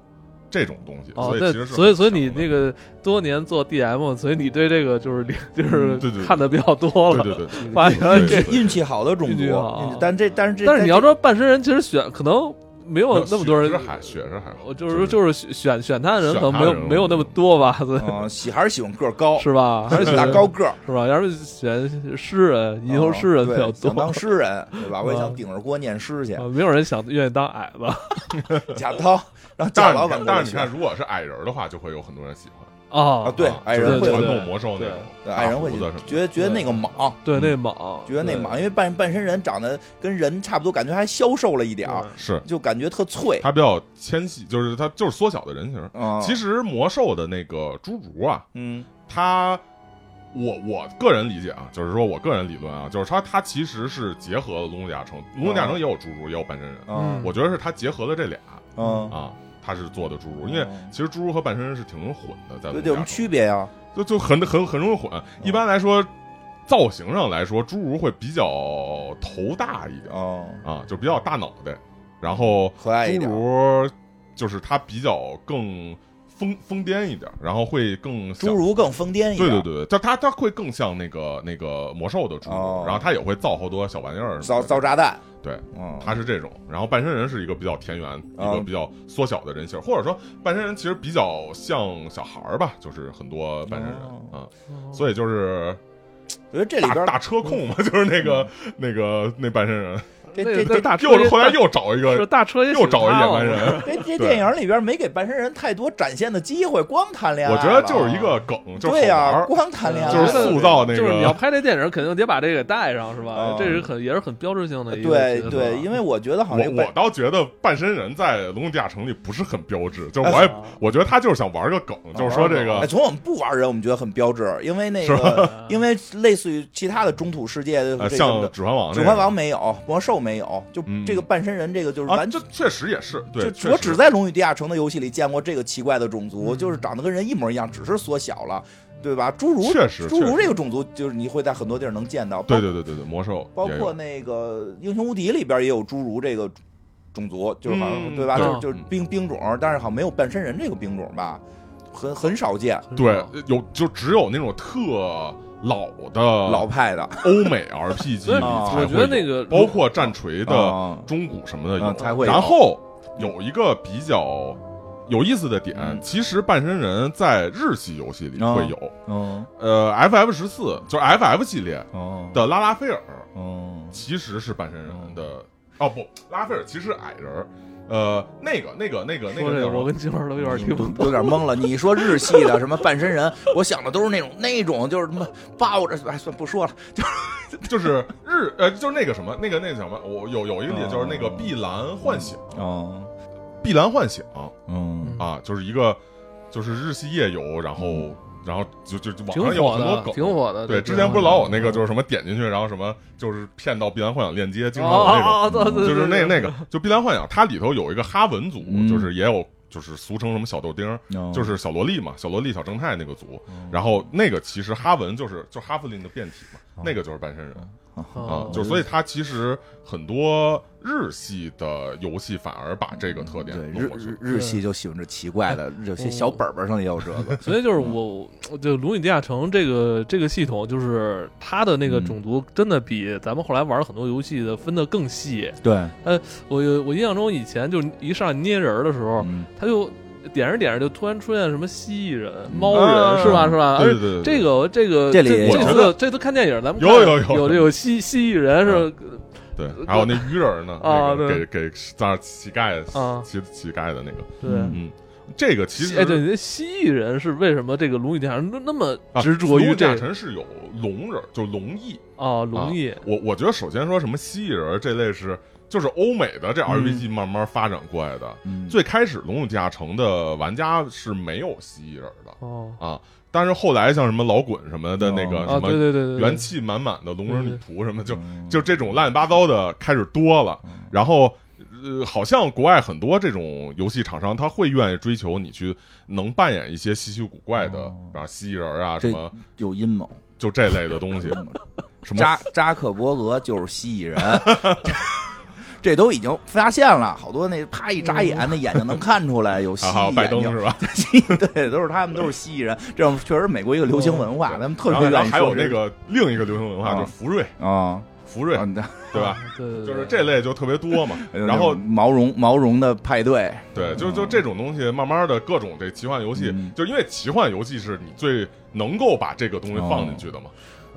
这种东西，
哦，
所以
对
其，实是
所以所以你
那
那个多年做 DM，所以你对这个就是了就是
嗯对对对
看的比较多了，
对对对，
这个
发现
对
这。
运气好的种族，
运气好
运气但这但是这
但是你要说半身人，其实选可能没有那么多人
雪是，还雪是还好，
我就是说就是选选他的人
选
可能
他
没有
人嗯哦
没有那么多吧，所以
啊，喜还是喜欢个儿高，
是吧？还是
大
选
高个儿，
是吧？要是选诗人， 以
哦
后
啊
诗人比
对
较多
想，当诗人对吧？我也
啊
想顶着锅念诗去
啊，，没有人想愿意当矮子
贾涛让
但
贾
是
老
你
板过
看，但
来
是你
选
看，如果是矮人的话，就会有很多人喜欢
啊，
啊。
对
啊，
矮
就
人
是
会
传
对
统魔兽那种
对矮人会
大胡子什么的
觉得觉得那个莽，
对，
嗯
那蟒，
觉得那
对
莽，因为半半身人长得跟人差不多，感觉还消瘦了一点儿，啊
是
就感觉特脆
它比较纤细，就是它就是缩小的人形。
啊。
其实魔兽的那个侏儒啊，
嗯
它。我我个人理解啊，就是说我个人理论啊，就是它它其实是结合了龙骨甲城，龙骨甲城也有侏儒，也有半身人，
嗯
我觉得是它结合了这俩，
嗯，
啊，他是做的侏儒，因为
嗯
其实侏儒和半身人是挺容易混的，在
对，
龙
有什
甲
么
中
区别啊呀？
就就很很很容易
哦
混。一般来说，造型上来说，侏儒会比较头大一点
哦，
啊，就比较大脑袋，然后
可爱一
侏
点
儒就是他比较更疯疯癫一点，然后会更像
侏。儒更疯癫一点，
对对对，对就他他会更像那个那个魔兽的侏儒，
哦
然后他也会造好多小玩意儿什
造
么的，
造炸弹，
对，
嗯，
他是这种，然后半身人是一个比较田园，一
啊
个比较缩小的人形儿，或者说半身人其实比较像小孩儿吧，就是很多半身人
哦
啊，
嗯
所以就是
我觉得这里
大
边
大车控嘛，就是那个那个那半身人，
这
那
这
那
这
大车
又
也
是后来又找一
是
个
大车也啊
又找一野蛮
人。
人，
这这
对
电影里边没给半身人太多展现的机会，光谈恋爱
我
了，
觉得就是一个梗，就是
对
好玩
呀，
儿，
光谈恋爱
就是
了
塑造那
就是你要
个
拍这电影，肯定得把这个给带上，是吧
啊？
这是很也是很标志性的一个
对
角色
对，因为我觉得好
我
像这
我
半
倒觉得半身人在《龙与地下城》里不是很标志，就是我也
啊
我觉得他就是想玩个梗，就是说这
哎，
个
从我们不玩人，我们觉得很标志，因为那
是
个因为类似于其他的中土世界的
呃
这种
像
的
《指环王》
《
那
指环
样
王》没有，魔兽没有，就
嗯
这个半身人这个就是
啊，
完
这
全。
确实也是，对，
就
确
我
实
只在《龙与地下城》的游戏里见过这个奇怪的种族，就是长得跟人一模一样，只是缩小了，对吧？侏儒，
确实
侏
确
儒
实
这个种族，就是你会在很多地儿能见到，包
对对对对对，魔兽
包
也
括
有
那个《英雄无敌》里边也有侏儒这个种族，就是好像、
嗯
对吧？
对
就是就是兵兵种，但是好像没有半身人这个兵种吧，很很少见，
对
啊
有就只有那种特老的
老派的
欧美 RPG
所以
里
啊
才
我觉得
会
那
有
个
包括战锤的
啊
中古什么的
啊
有，
才会有
然后有一个比较有意思的点，
嗯
其实半身人在日系游戏里会有，
嗯
呃，FF 十四就是 FF 系列
哦
的拉拉菲尔
哦
其实是半身人
嗯
的，哦不，拉拉菲尔其实是矮人儿，呃，那个那个那个那
说
个
这个
叫什么
我跟金花都有点听不懂。
嗯有点懵了。你说日系的什么半身人，我想的都是那种那种就是什么抱着，哎，算不说了。
就是日呃，就是那个什么，那个那个什么，我有有一个例
哦
子，就是那个碧蓝幻想，
哦
碧蓝幻想
嗯
啊，就是一个就是日系夜游，然后然后就就就网
嗯挺
上有
火
很多
的，啊
梗，
挺火的。
对，
这
之
个
前不是老有那个，
嗯
就是什么点进去，然后什么就是骗到碧蓝幻想链接，经常有那种，
哦哦哦对对，
就是那
对
那个，就碧蓝幻想，它里头有一个哈文组，
嗯
就是也有就是俗称什么小豆丁儿，
嗯
就是是小萝莉嘛，小萝莉小正太那个组，然后那个其实哈文就是就哈弗林的变体
嗯
嘛，那个就是半身人啊，
哦
就所以它其实很多日系的游戏反而把这个特点
对
弄
日
过去
日日系就喜欢这奇怪的，有些
嗯
小本本上也有这 个。
所以就是我，就《龙与地下城》这个这个系统，就是它的那个
嗯
种族真的比咱们后来玩很多游戏的分的更细。
对，
我有我印象中以前就是一上来捏人的时候，
嗯
它就点着点着就突然出现什么蜥蜴人、
嗯
猫人，
啊
是吧？是吧？
对
而
对对，对
这个这个
这里
这
也有
这
我觉
次
得
这次看电影咱们
有
看
有有嗯
有这有蜥蜥蜴人是
对，还有那鱼人呢，
啊
那个
对
给给在那儿乞丐
啊
乞乞丐的那个，
对。
嗯
嗯，这个其实
哎，对，那蜥蜴人是为什么这个《龙与地下城》那么
啊
执着于
龙与地
这
下
个
城是有龙人，就龙裔。
啊龙翼？
我我觉得首先说什么蜥蜴人这类是就是欧美的
嗯
这 RPG 慢慢发展过来的，
嗯
最开始《龙与地下城》的玩家是没有蜥蜴人的
哦
啊，但是后来像什么老滚什么的那个
哦
啊，对
什么
对对对，对
元气满满的龙人女仆什么，就
嗯
就这种乱七八糟的开始多了，然后。呃，好像国外很多这种游戏厂商，他会愿意追求你去能扮演一些稀奇古怪的，
哦
然后蜥蜴人啊
这
什么，
有阴谋。
就这类的东西。 啊什么
扎扎克伯格就是蜥蜴人， 这都已经发现了，好多那啪一眨眼，那眼睛能看出来有蜥
还有
蜴
嗯拜
眼
登
睛
是。吧？
对，都是他们都是蜥蜴人，这种确实美国一个流行文化，咱们特
然
别
后哦
愿
然后
意
还
说
有
这
那个另一个流行文化，
啊
就是福瑞，
啊，
福瑞
啊你看
对吧？
啊对对，对
就是这类就特别多嘛。
哎呦
然后
那毛绒毛绒的派对，
对，就就这种东西，慢慢的各种这奇幻游戏
嗯，
就因为奇幻游戏是你最能够把这个东西放进去的嘛。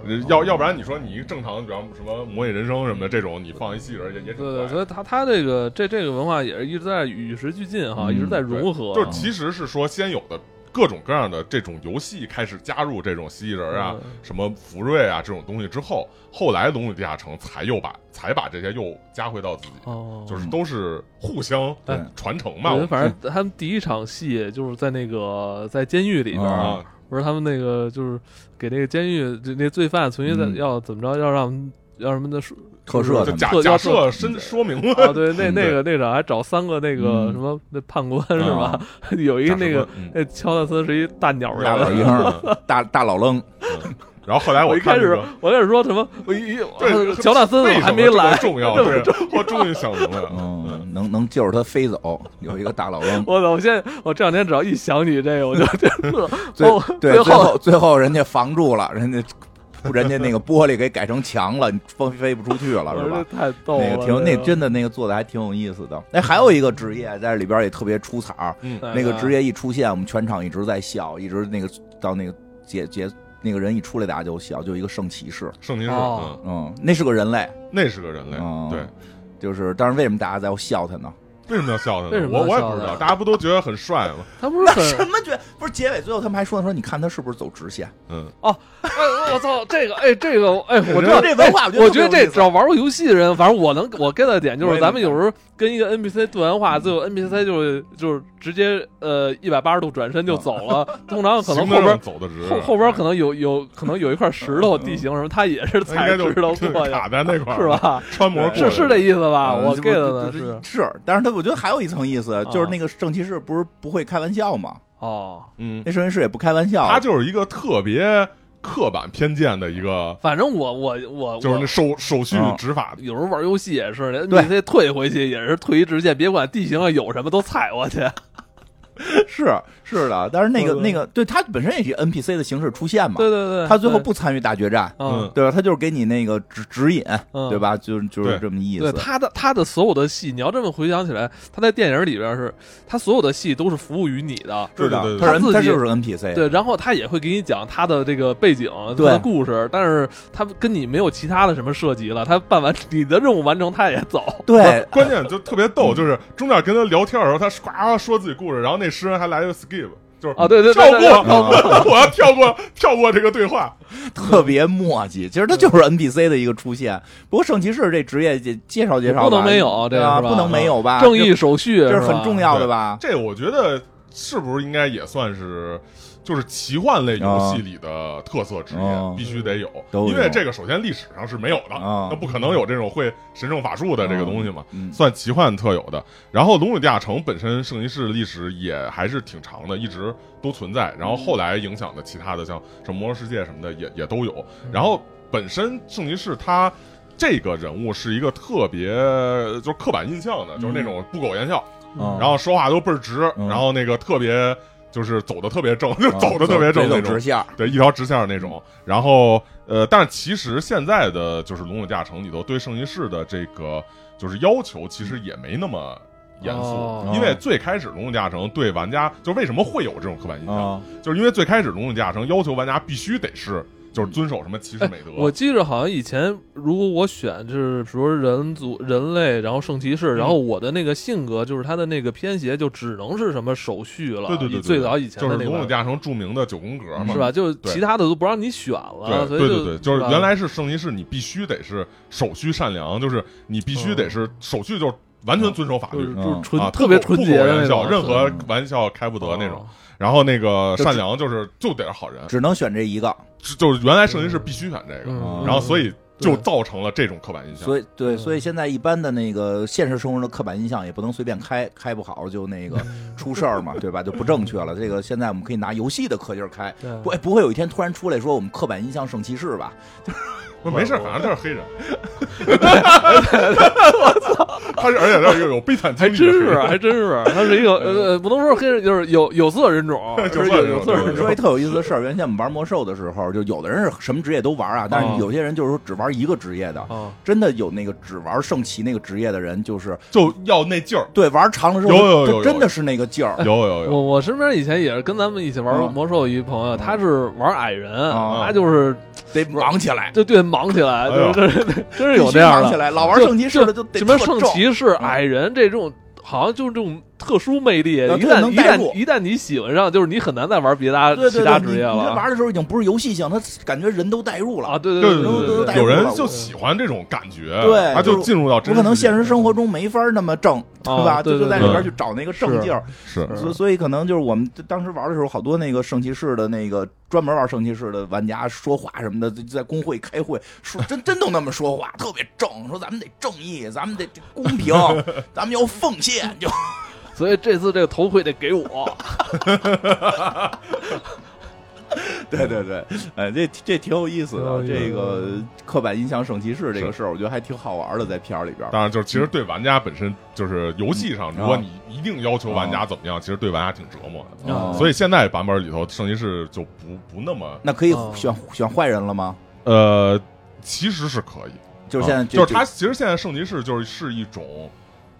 呃要要不然你说你一个正常，比方什么模拟人生什么的这种，你放一戏人也也挺
对对，
怪的。
所以他他这个这这个文化也是一直在与时俱进哈，
嗯
一直在融合，
就是其实是说先有的各种各样的这种游戏开始加入这种蜥蜴人啊
嗯、
什么福瑞啊这种东西之后，后来《龙与地下城》才又把才把这些又加回到自己，
哦，
就是都是互相
哎
传承嘛。
我觉
我
得反正他们第一场戏就是在那个在监狱里边
啊
儿，
啊，
不是他们那个就是给那个监狱就那罪犯存疑在
嗯
要怎么着要让要什么的说
特赦
就
就是假
特
假
要
设申说明了
啊， 对，那那个那场还找三个那个
嗯
什么那判官是吧？ 有一
假
个
设
那个
嗯
那乔纳森是一大鸟
大
人
老
老。
鹰
鹰
大大老愣，
然后后来
我一
哎看
开
这
始
个，
我开始说什么，我一
对
我乔纳森
为
我
什
还
么
没
这么
来，
重要，
这么，
对，我终于想明白了。
嗯，能能救着他飞走，有一个大老愣
我操！我现在我这两天只要一想起这个，我就就乐。
最
包括
对
哦最
最
后
后最后人家防住了，人家人家那个玻璃给改成墙了，你飞飞不出去了
我
是
说
吧
这？太逗了，
那个挺那真
的
的那个做的还挺有意思的。哎，还有一个职业在这里边也特别出彩儿，
嗯，
那
哎
个职业一出现，我们全场一直在笑，一直那个到那个结结那个人一出来大家就笑，就一个圣骑士，
圣骑士，
哦
嗯，
嗯，那是个人类，
那是个人类
哦，
对，
就是，但是为什么大家在笑他呢？
为什么要笑他呢？
为什么要
我我也
笑
不知
他
道，
呀
大家不都觉得很帅吗？
他不是
那 什
很
么绝？不是结尾，最后他们还说呢，说你看他是不是走直线？
嗯，
哎，我操，这个哎，这个哎，我知道
我觉得这文化
哎
我觉得
我
特别
觉得
有意
这
思
只要玩过游戏的人，反正我能我 get 的点就
我也
是，
能嗯
咱们有时候跟一个 NPC 对完话，最后 NPC 就是就是直接呃一百八十度转身就走了，
嗯
通常可能
行
后
得
边
正走的直，
后后边可能有有可能有一块石头
嗯
地形什么，他也是
哎应
踩
该就
石头
就
过去，
卡在那块儿
是？吧？
穿模
对
是是这
的，
意思吧？啊
嗯
我
这不
get
这
的
这
是啊
是，但是他我觉得还有一层意思，就是那个圣骑士不是不会开玩笑嘛？
哦，
嗯，
那圣骑士也不开玩笑，
他就是一个特别刻板偏见的一个，
反正我我我哦
就是那
我
手手续
嗯
执法
有时候玩游戏也是那
对
，NPC 退回去也是退一直线，别管地形上啊有什么都踩过去。
是是的，但是那个
对对
那个，对他本身也是 NPC 的形式出现嘛，
对对对，
他最后
对
不参与大决战，
嗯
对吧？他就是给你那个指指引，
嗯
对？吧？就是就是
对
这么意
对
思。
他的他的所有的戏，你要这么回想起来，他在电影里边是，他所有的戏都是服务于你的，
是
对对
的，
对
他
对
人
他自
他
己
就是 NPC，
对，然后他也会给你讲他的这个背景、他
对
的故事，但是他跟你没有其他的什么涉及了。他办完你的任务完成，他也走。
对
关键就特别逗，就是中间跟他聊天的时候，他呱说自己故事，然后那诗人还来一个 skip，就是
啊，对对
跳
对
过，
对对
我要跳过跳过这个对话，
特别墨迹。其实他就是 NPC 的一个出现。不过圣骑士这职业介介绍介绍吧，
不能没有这
对
个
啊，
是吧
不能没有吧？
正义手续
这这
是
是很重
要。
要的吧？
这我觉得是不是应该也算是就是奇幻类游戏里的特色职
啊
哦
业，必须得有，
都有
因为这个首先历史上是没有的，
啊
那不可能有这种会神圣法术的这个东西嘛。
嗯，
算奇幻特有的，然后《龙与地下城》本身圣骑士历史也还是挺长的，一直都存在。然后后来影响的其他的像什么魔兽世界什么的也也都有。然后本身圣骑士他这个人物是一个特别就是刻板印象的，就是那种不苟言笑，
嗯
然后说话都倍儿直，
嗯啊
然后那个特别就是走的特别正，就走的特别正
走
那
直
种，
线儿。
对，一条直线儿那种。
嗯
然后呃，但是其实现在的就是《龙与地下城》里头对圣骑士的这个就是要求，其实也没那么。严
哦
肃，因为最开始《龙与地下城》对玩家就为什么会有这种刻板印象
啊，
就是因为最开始《龙与地下城》要求玩家必须得是就是遵守什么骑士美德，
哎我记着好像以前，如果我选就是比如人族、人类，然后圣骑士，然后
嗯
我的那个性格就是他的那个偏斜就只能是什么手续了。
对对对对，
最
对
早以前
就
的
是
那
《
个
龙与地下城》著名的九宫格嘛，
是吧？就
嗯对
其他的都不让你选了，所
对
以
对
就
对对，就是原
吧
来是圣骑士，你必须得是手续善良，就是你必须得是手续，就是完全遵守法
哦就是
律。
就是
嗯
纯、
啊，
特别
不
纯
苟
洁的
言
那
笑，
种，哦
任何
嗯
玩笑开不得那种。。然后那个
就
善
只
良就是就得是好人，
只能选这一个，
就就是原来圣骑士必须选这个，
嗯
嗯，
啊然后所以就
对
造成了这种刻板印象。
所以对，
嗯
所以现在一般的那个现实生活中的刻板印象也不能随便开，开不好就
嗯
那个 出事儿嘛，对吧？就不正确了。这个现在我们可以拿游戏的氪劲儿开，
对
不哎不会有一天突然出来说我们刻板印象圣骑士吧？
不没事儿，反正他是黑 人。我操！他是而且他是又有悲惨经
还
历的
真
黑
是，啊
人，
还真是，他是一个
嗯
呃，不能说黑人，就是有有色人 种，啊
有
是
色人种
有色人
对
种
说一特有意思的事儿，原先我们玩魔兽的时候，就有的人是什么职业都玩啊，但是有些人就是说只玩一个职业的，
啊，
真的有那个只玩圣骑那个职业的人，就是
就要那 劲儿。
对玩长了之后，
有有有
就
有
真的是那个劲儿
有有有，
我我身边以前也是跟咱们一起玩
嗯
魔兽一朋友，他是玩矮人，
啊
他就是
得忙起来，
就对忙起来，
哎呦
就是 真是有这样
必须忙起
的，
来，老玩圣骑士的就得
什么
特嗯
圣
重
骑士、矮人这种，好像就是这种特殊魅力。
啊
一
特
旦
能
一
带入
旦一旦你喜欢上，就是你很难再玩别的
对对对，
其他职业
你你这
了
玩的时候已经不是游戏性，他感觉人都代入了
啊！。对
对
对
对对
对
对
对，
有人就喜欢这种感觉，
对
他就
就是
进入到
我
真
可能
世界
现实生活中没法那么正，对吧？
啊对
就
对
就在
对
里边
对
去找那个正劲儿，
是
是
所所以可能就是我们当时玩的时候，好多那个圣骑士的那个专门玩圣骑士的玩家说话什么的，就在工会开会说真真都那么说话，特别正，说咱们得正义，咱们得这公 平，咱们要奉献，就
所以这次这个头盔得给我。
对对对，哎，这这挺有意思
挺有
的，
意思嗯
这个刻板印象圣骑士这个
是
事儿，我觉得还挺好玩的，在片儿里边儿。
当然，就是其实对玩家本身，就是游戏
嗯
上，如果你一定要求玩家怎么样，其实对玩家挺折磨的。
啊
嗯所
以
以现在版本里头，圣骑士就不不那么
那可以
哦
选选坏人了吗？
呃，其实是可以，
就是现在
啊就是他，其实现在圣骑士就是是一种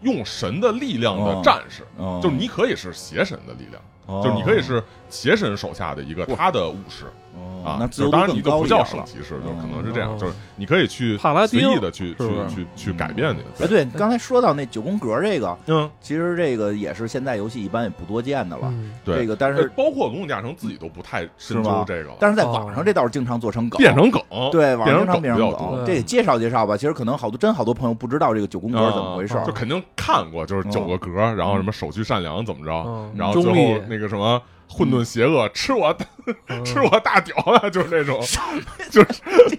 用神的力量的战士，
哦
就是你可以是邪神的力量，
哦
就是你可以是邪神手下的一个他的武士
哦
啊，
嗯那自由度
当然
更
你就
高
不
一点
叫圣
了。
骑士，
嗯
就是可能是这样，
哦
就是你可以去
帕拉丁
随意的去
是
去
不是
去去改变你的，
哎，对，刚才说到那九宫格这个，
嗯，
其实这个也是现在游戏一般也不多见的了。
嗯
对
这个但是
呃包括龙井驾乘自己都不太
是
深
吗
究这个了，
但是在网上
哦
这倒是经常做成梗，
变成梗，
对，网上经常变成
变比较
多嗯
梗。
对
这也介绍介绍吧，其实可能好多真好多朋友不知道这个九宫格
啊
是怎么回事儿嗯
就。肯定看过，就是九个格，然后什么手续善良怎么着
嗯，
然后最
中立
后那个什么混沌邪恶，吃我大
嗯
吃我大屌啊，就是这种，就是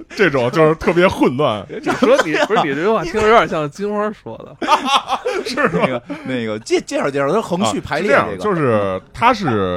这种就是特别混乱，
你说你不是你这 句话听着有点像金花说的，
是
那
吧？
个那个介介绍介绍，它横
啊
序排
是
列
这样，
个，
就是他是，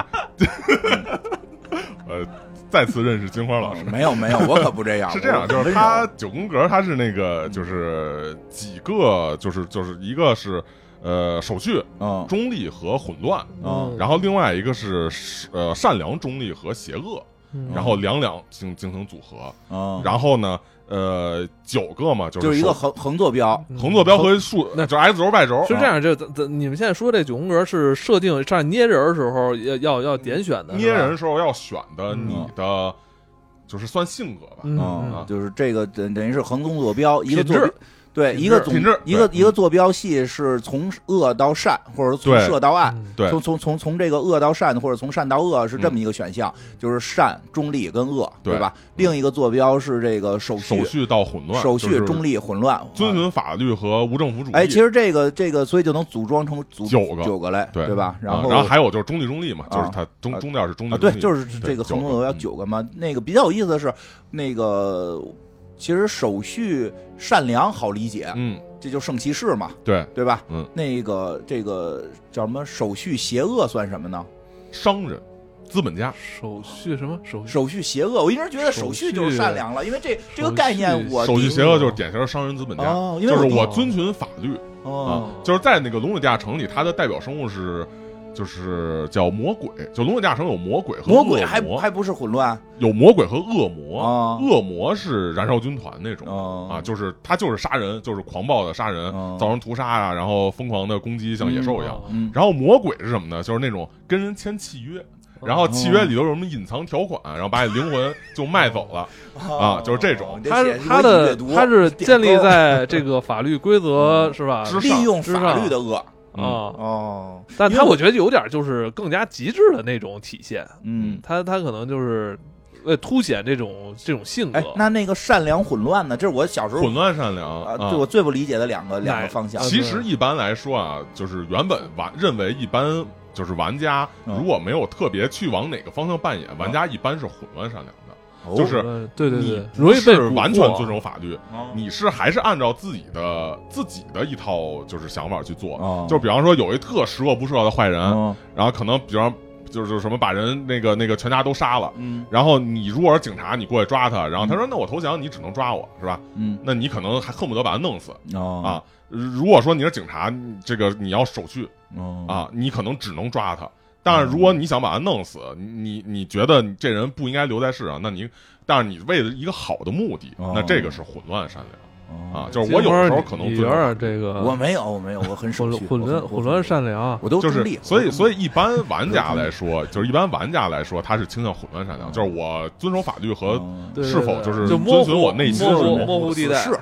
呃，再次认识金花老师。
没有没有，我可不这样。
是这
嗯
样，
我
就是
温柔
他九宫格，他是那个，就是几个，就是就是一个是呃手续
嗯
中立和混乱，
嗯
然后另外一个是呃善良、中立和邪恶，
嗯
然后两两进进行组合。
嗯，
然后呢，呃，九个嘛，就是
就是一个嗯
手
横横坐标，
嗯
横坐标和竖，那就 x 轴、y 轴。
是这样，就咱咱你们现在说这九宫格是设定上捏人儿的时候要要要点选的，
啊捏
是吧
人，时候要选的
嗯
你的，就是算性格吧。
嗯
嗯，
嗯
就是这个等等于是横纵坐标，一个
品
坐
质
对
品
一个
质
总
品质
一个
对嗯
一个坐标系是从恶到善，或者从
对
射到暗，
嗯
对嗯
从从从从这个恶到善，或者从善到恶是这么一个选项，就是善、中立跟恶，
对
吧？另一个坐标是这个手续
手、续到混乱，
手续
就是
中立、混乱。
遵循法律和无政府主义。
哎，其实这个这个，所以就能组装成组
九个
九个来，
对
吧？
啊
后
然后还有就是中立中立嘛，
啊
就是它中
啊
中调是中立
啊，
中
对
立，，
就是
对
这个横纵
九个
坐标
嗯
九个嘛。那个比较有意思的是，那个其实手续善良好理解，
嗯，
这就圣骑士嘛，
对，
对吧？
嗯，
那个这个叫什么手续邪恶算什么呢？
商人、资本家，
手续什么手续
手续邪恶，我一直觉得手续就是善良了，因为这这个概念我
手续
第
邪恶就是典型的商人资本家，
哦，因为
就是
我
我遵循法律，啊
哦，，
就是在那个《龙与地下城》里，它的代表生物是就是叫魔鬼，就《龙与地下城》有魔鬼和
魔
恶魔，
鬼还还不是混乱
有魔鬼和恶魔，
啊
恶魔是燃烧军团那种。啊，
啊
就是他就是杀人，就是狂暴的杀人，
哦
造成屠杀啊，然后疯狂的攻击，像野
哦
兽一样。
嗯
然后魔鬼是什么呢？就是那种跟人签契约，
哦
然后契约里头有什么隐藏条款，然后把你灵魂就卖走了。啊就是这种
他
是
他的他 是建立在这个法律规
嗯
则是吧？
之
利用
之
法
上
律的恶
嗯
啊，
哦，
但
因为
他我觉得有点就是更加极致的那种体现，
嗯。
他他可能就是为凸显这种这种性格
哎，。那那个善良混乱呢？这是我小时候
混乱善良
啊，对我最不理解的两个两个方向
啊。
其
对
实一般来说啊，就是原本玩认为一般就是玩家
嗯
如果没有特别去往哪个方向扮演，玩家一般是混乱善良的，
哦
就是
嗯对对对
你，
容易被
是
蛊惑嗯
完全遵守法律，
哦
你是还是按照自己的自己的一套就是想法去
哦
嗯
做，就比方说有一特十恶不赦的坏人，
哦
嗯
然后可能比方就是什么把人那个那个全家都杀了。
嗯
然后你如果是警察，你过去抓他，然后他说：“那我投降，你只能抓我，是吧？
嗯
那你可能还恨不得把他弄死，
哦
啊。如果说你是警察，你这个你要手续
哦
啊，你可能只能抓他。但是如果你想把他弄死，你你觉得你这人不应该留在世上，那你但是你为了一个好的目的，
哦
那这个是混乱善良
啊！
啊。就是我有时候
金花
可能
你
尊
有
重
点这个
我没有，我没有，我很
混
手续
混
我很
乱混乱，善良啊
我很我都
就
中
是
立，
所以所
以
以一般玩家来说，就是一般玩家来说，他是倾向混乱
嗯
善良，就是我遵守法律和
对对
是否
对
就是
就
遵
模糊
循我内心
模
是
糊
吗
模糊地带
哦死士，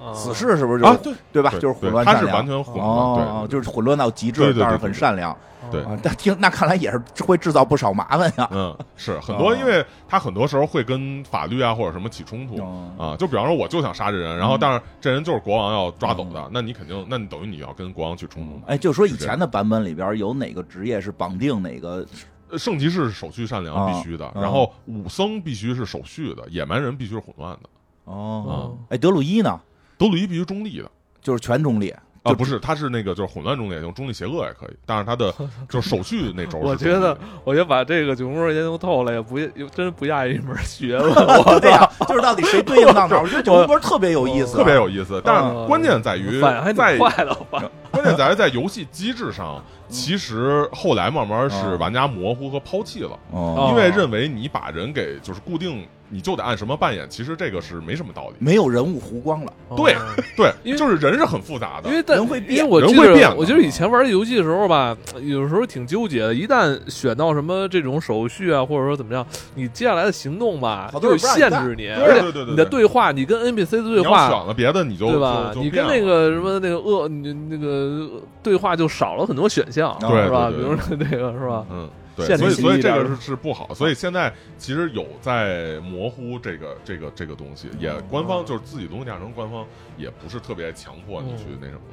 啊
死士是不是就
啊
是？
对
对吧？
对
就是混乱
对他
善
是
良，
完全混
哦
乱，，对，
就是混乱到极致，
对对对
但是
对
很
对
善良
对
啊。但听那看来也是会制造不少麻烦呀。
嗯，是很多，
哦
因为他很多时候会跟法律啊或者什么起冲突，
哦
啊，就比方说我就想杀这人，然
嗯
后但是这人就是国王要抓走的，那你肯定，那你等于你要跟国王去冲突。
哎，就说以
是这样
前的版本里边有哪个职业是绑定哪个
嗯
呃圣骑士是手续善良
啊
必须的，
啊
然后武僧必须是手续的，野蛮人必须是混乱的，
哦
啊
哦？
哎，德鲁伊呢，
德鲁伊必须中立的。
就是全 中立，
啊，
就
不是，他是那个就是混乱中立，就是中立邪恶也可以，但是他 的就是手续那轴是中立的。
我觉得，我觉得把这个九宫格研究透了，也不也真不亚于一门学问。 我
对呀，就是到底谁对应到哪儿？我觉得九宫格特别有意思，啊
特别有意思，但是
嗯
关键在于
反应还挺
在
快的，我发现
关键在于在游戏机制上，其实后来慢慢是
啊
玩家模糊和抛弃了。
哦
哦
因为认为你把人给就是固定你就得按什么扮演，其实这个是没什么道 理。
没有人物弧光了，
对
哦
对，
因为
就是人是很复杂的
因，为但
人会变
因为我
人
记
会变
得，
的
我记得以前玩游戏的时候吧，有时候挺纠结的。一旦选到什么这种手续啊，或者说怎么样，你接下来的行动吧，
好
就有
多人不让你
限
干
制你，
对
而且
对对对
你的
对
对话，你跟 NPC 的对
你要
话，
选了别的，你就
对吧？
就就
你
变
跟那
了
个什么那个恶，你那个对话就少了很多选项，
对
是吧？
对
比
对
如说这个是吧？
嗯，对，
限制
所以
信
所以
息
这
量
个是是不好，所以现在其实有在模糊这个这个这个东西，
哦
也官方就是自己东西亚成官方也不是特别强迫
哦
你去那什么了。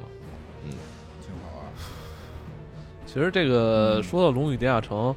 挺好啊。
其实这个说到《龙与地下城》，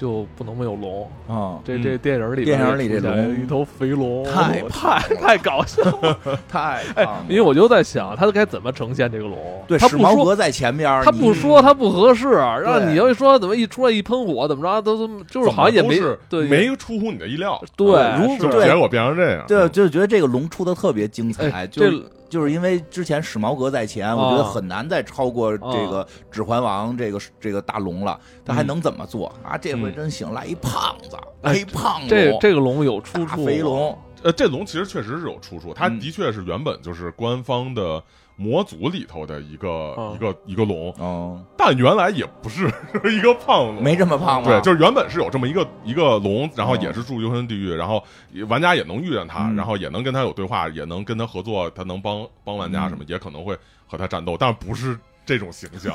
就不能没有龙。
啊、
这
嗯
这电影里
电影
边
里
也
这
出现
龙
一头肥龙，
太
太太搞笑了。
啊太
哎
棒了，
因为我就在想，他该怎么呈现这个龙？
对
他
史
不
矛
说，
革在前边儿，
他
你
不说，他不合适。啊让
嗯对
你要一说，怎么一出来一喷火，怎么着都都就是好像也
怎么
没
都是
对
没出乎你的意料，
对，
如
是
就
对
结果变成这样。
对，
嗯
就是觉得这个龙出的特别精彩，
哎，
就
这
是就是因为之前史矛革在前，我觉
哦
得很难再超过这个《指环王》这个这个大龙了。他
嗯
还能怎么做啊？这回真行，来一胖子，
哎
来一胖龙，
这这个龙有出
大
处，哦
肥龙，
呃，这龙其实确实是有出处，它
嗯
的确是原本就是官方的模组里头的一个
嗯
一个一个龙，
哦，
但原来也不是 一个胖龙，
没这么胖吗？
对，就是原本是有这么一个一个龙，然后
嗯
也是住幽深地狱，然后也玩家也能遇见他，
嗯
然后也能跟他有对话，也能跟他合作，他能帮帮玩家什
嗯
么，也可能会和他战斗，但不是这种形 象，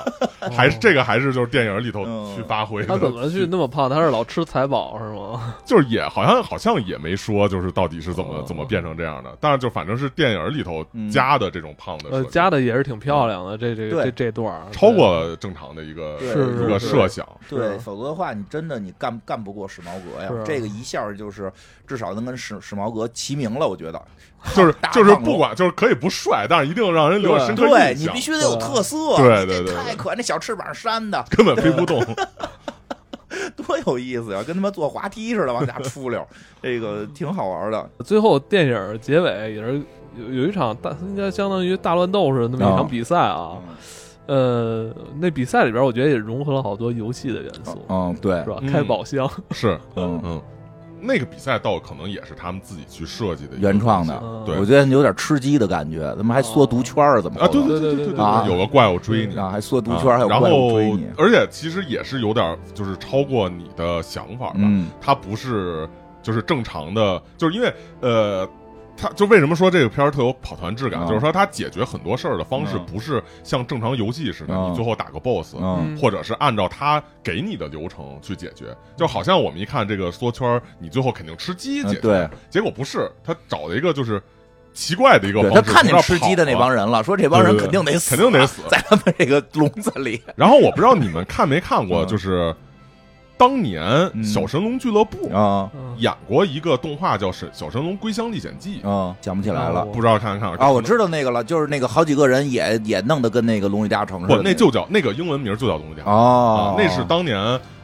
还是这个还是就是电影里头
嗯
去发挥的。
哦他怎么去那么胖？他是老吃财宝是吗？
就是也好像好像也没说，就是到底是怎么、
哦
怎么变成这样的，但是就反正是电影里头
嗯
加的这种胖的设
呃，
定，
加的也是挺漂亮的，这这
对
这这段儿
超过正常的一个
对
是
一个
是
设想。
对，
是
否则的话，你真的你干干不过史矛革呀
是啊。
这个一下就是至少能跟史史矛革齐名了，我觉得。
就是
大
就是
胖龙
不管就是可以不帅，但是一定让人留下深刻印象。
对你必须得有特色，你
对
这
对对对
太可爱，那小翅膀扇的
根本飞不动。
多有意思呀、跟他妈坐滑梯似的往下出溜，这
嗯
个挺好玩
啊
的。
最后电影结尾也是有有一场大，应该相当于大乱斗似的那么一场比赛
嗯
啊。呃，那比赛里边我觉得也融合了好多游戏的元素，
嗯，对
是吧
嗯？
开宝箱，
是，
嗯
嗯，那个比赛倒可能也是他们自己去设计的一个
原创的
东西
嗯
我
对。
觉得有点吃鸡的感觉，他妈还缩毒圈儿，怎么
啊，对对
对
对
对
啊
对，有个怪物追你，
然后还缩毒圈
啊
儿，还有
然
怪物追
后
你，
而且其实也是有点就是超过你的想法吧，
嗯
它不是就是正常的，就是因为呃。它就为什么说这个片儿特有跑团质感，
啊
就是说它解决很多事儿的方式
嗯
不是像正常游戏似的，
啊
你最后打个 BOSS，
嗯
嗯
或者是按照他给你的流程去解决。就好像我们一看这个缩圈儿，你最后肯定吃鸡解决，
嗯对
结果不是，他找了一个就是奇怪的一个
对
方
他
式，
看见
不知道
吃鸡的那
跑
帮
了。
人了，说这帮人
对对
肯定得
对
死，
肯定得死
在他们这个笼子 里。
然后我不知道你们看没看 过，
嗯
就是当年
嗯
小神龙俱乐部
啊
嗯
演过一个动画叫《神小神龙归乡历险记》，
啊，想不起来了
哦
不知道看没看过
啊，我知道那个了，就是那个好几个人也也弄得跟那个《龙与地下城》似
不，
的，
那就叫那个英文名就叫《龙与地下城》
哦
啊，，那是当年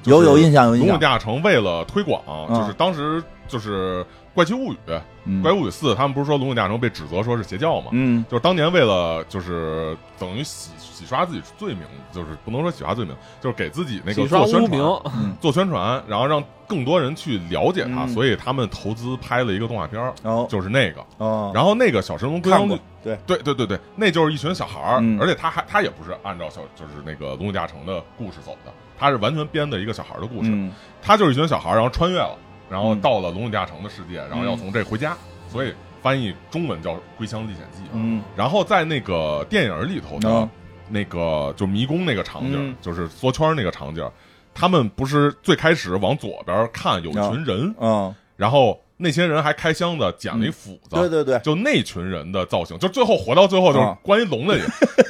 就
有
是
有印象有
龙
印
与地
象，
下城为了推广，
嗯
就是当时就是《怪奇物语》
嗯
怪物语四》，他们不是说《龙与地下城》被指责说是邪教嘛？
嗯
就是当年为了就是等于洗洗刷自己罪名，就是不能说洗刷罪名，就是给自己那个
洗刷
做宣
污名
传，啊
嗯
做宣传，然后让更多人去了解它，
嗯
所以他们投资拍了一个动画片儿，
哦
就是那个。
哦，
然后那个小神龙归
看
乡
过，对，
对对对对，那就是一群小孩儿，
嗯
而且他还他也不是按照小就是那个《龙与地下城》的故事走的，他是完全编的一个小孩儿的故事。
嗯
他就是一群小孩儿，然后穿越了，然后
嗯
到了龙与地下城的世界，然后要从这回家，所以翻译中文叫《归乡历险记》。啊
嗯
然后在那个电影里头呢
哦，
那个就迷宫那个场景，
嗯
就是缩圈那个场景，他们不是最开始往左边看有一群人，
嗯，
然后那些人还开箱子捡了一斧子。
对对对，
就那群人的造型，就最后活到最后，就是
啊
关于龙的 也，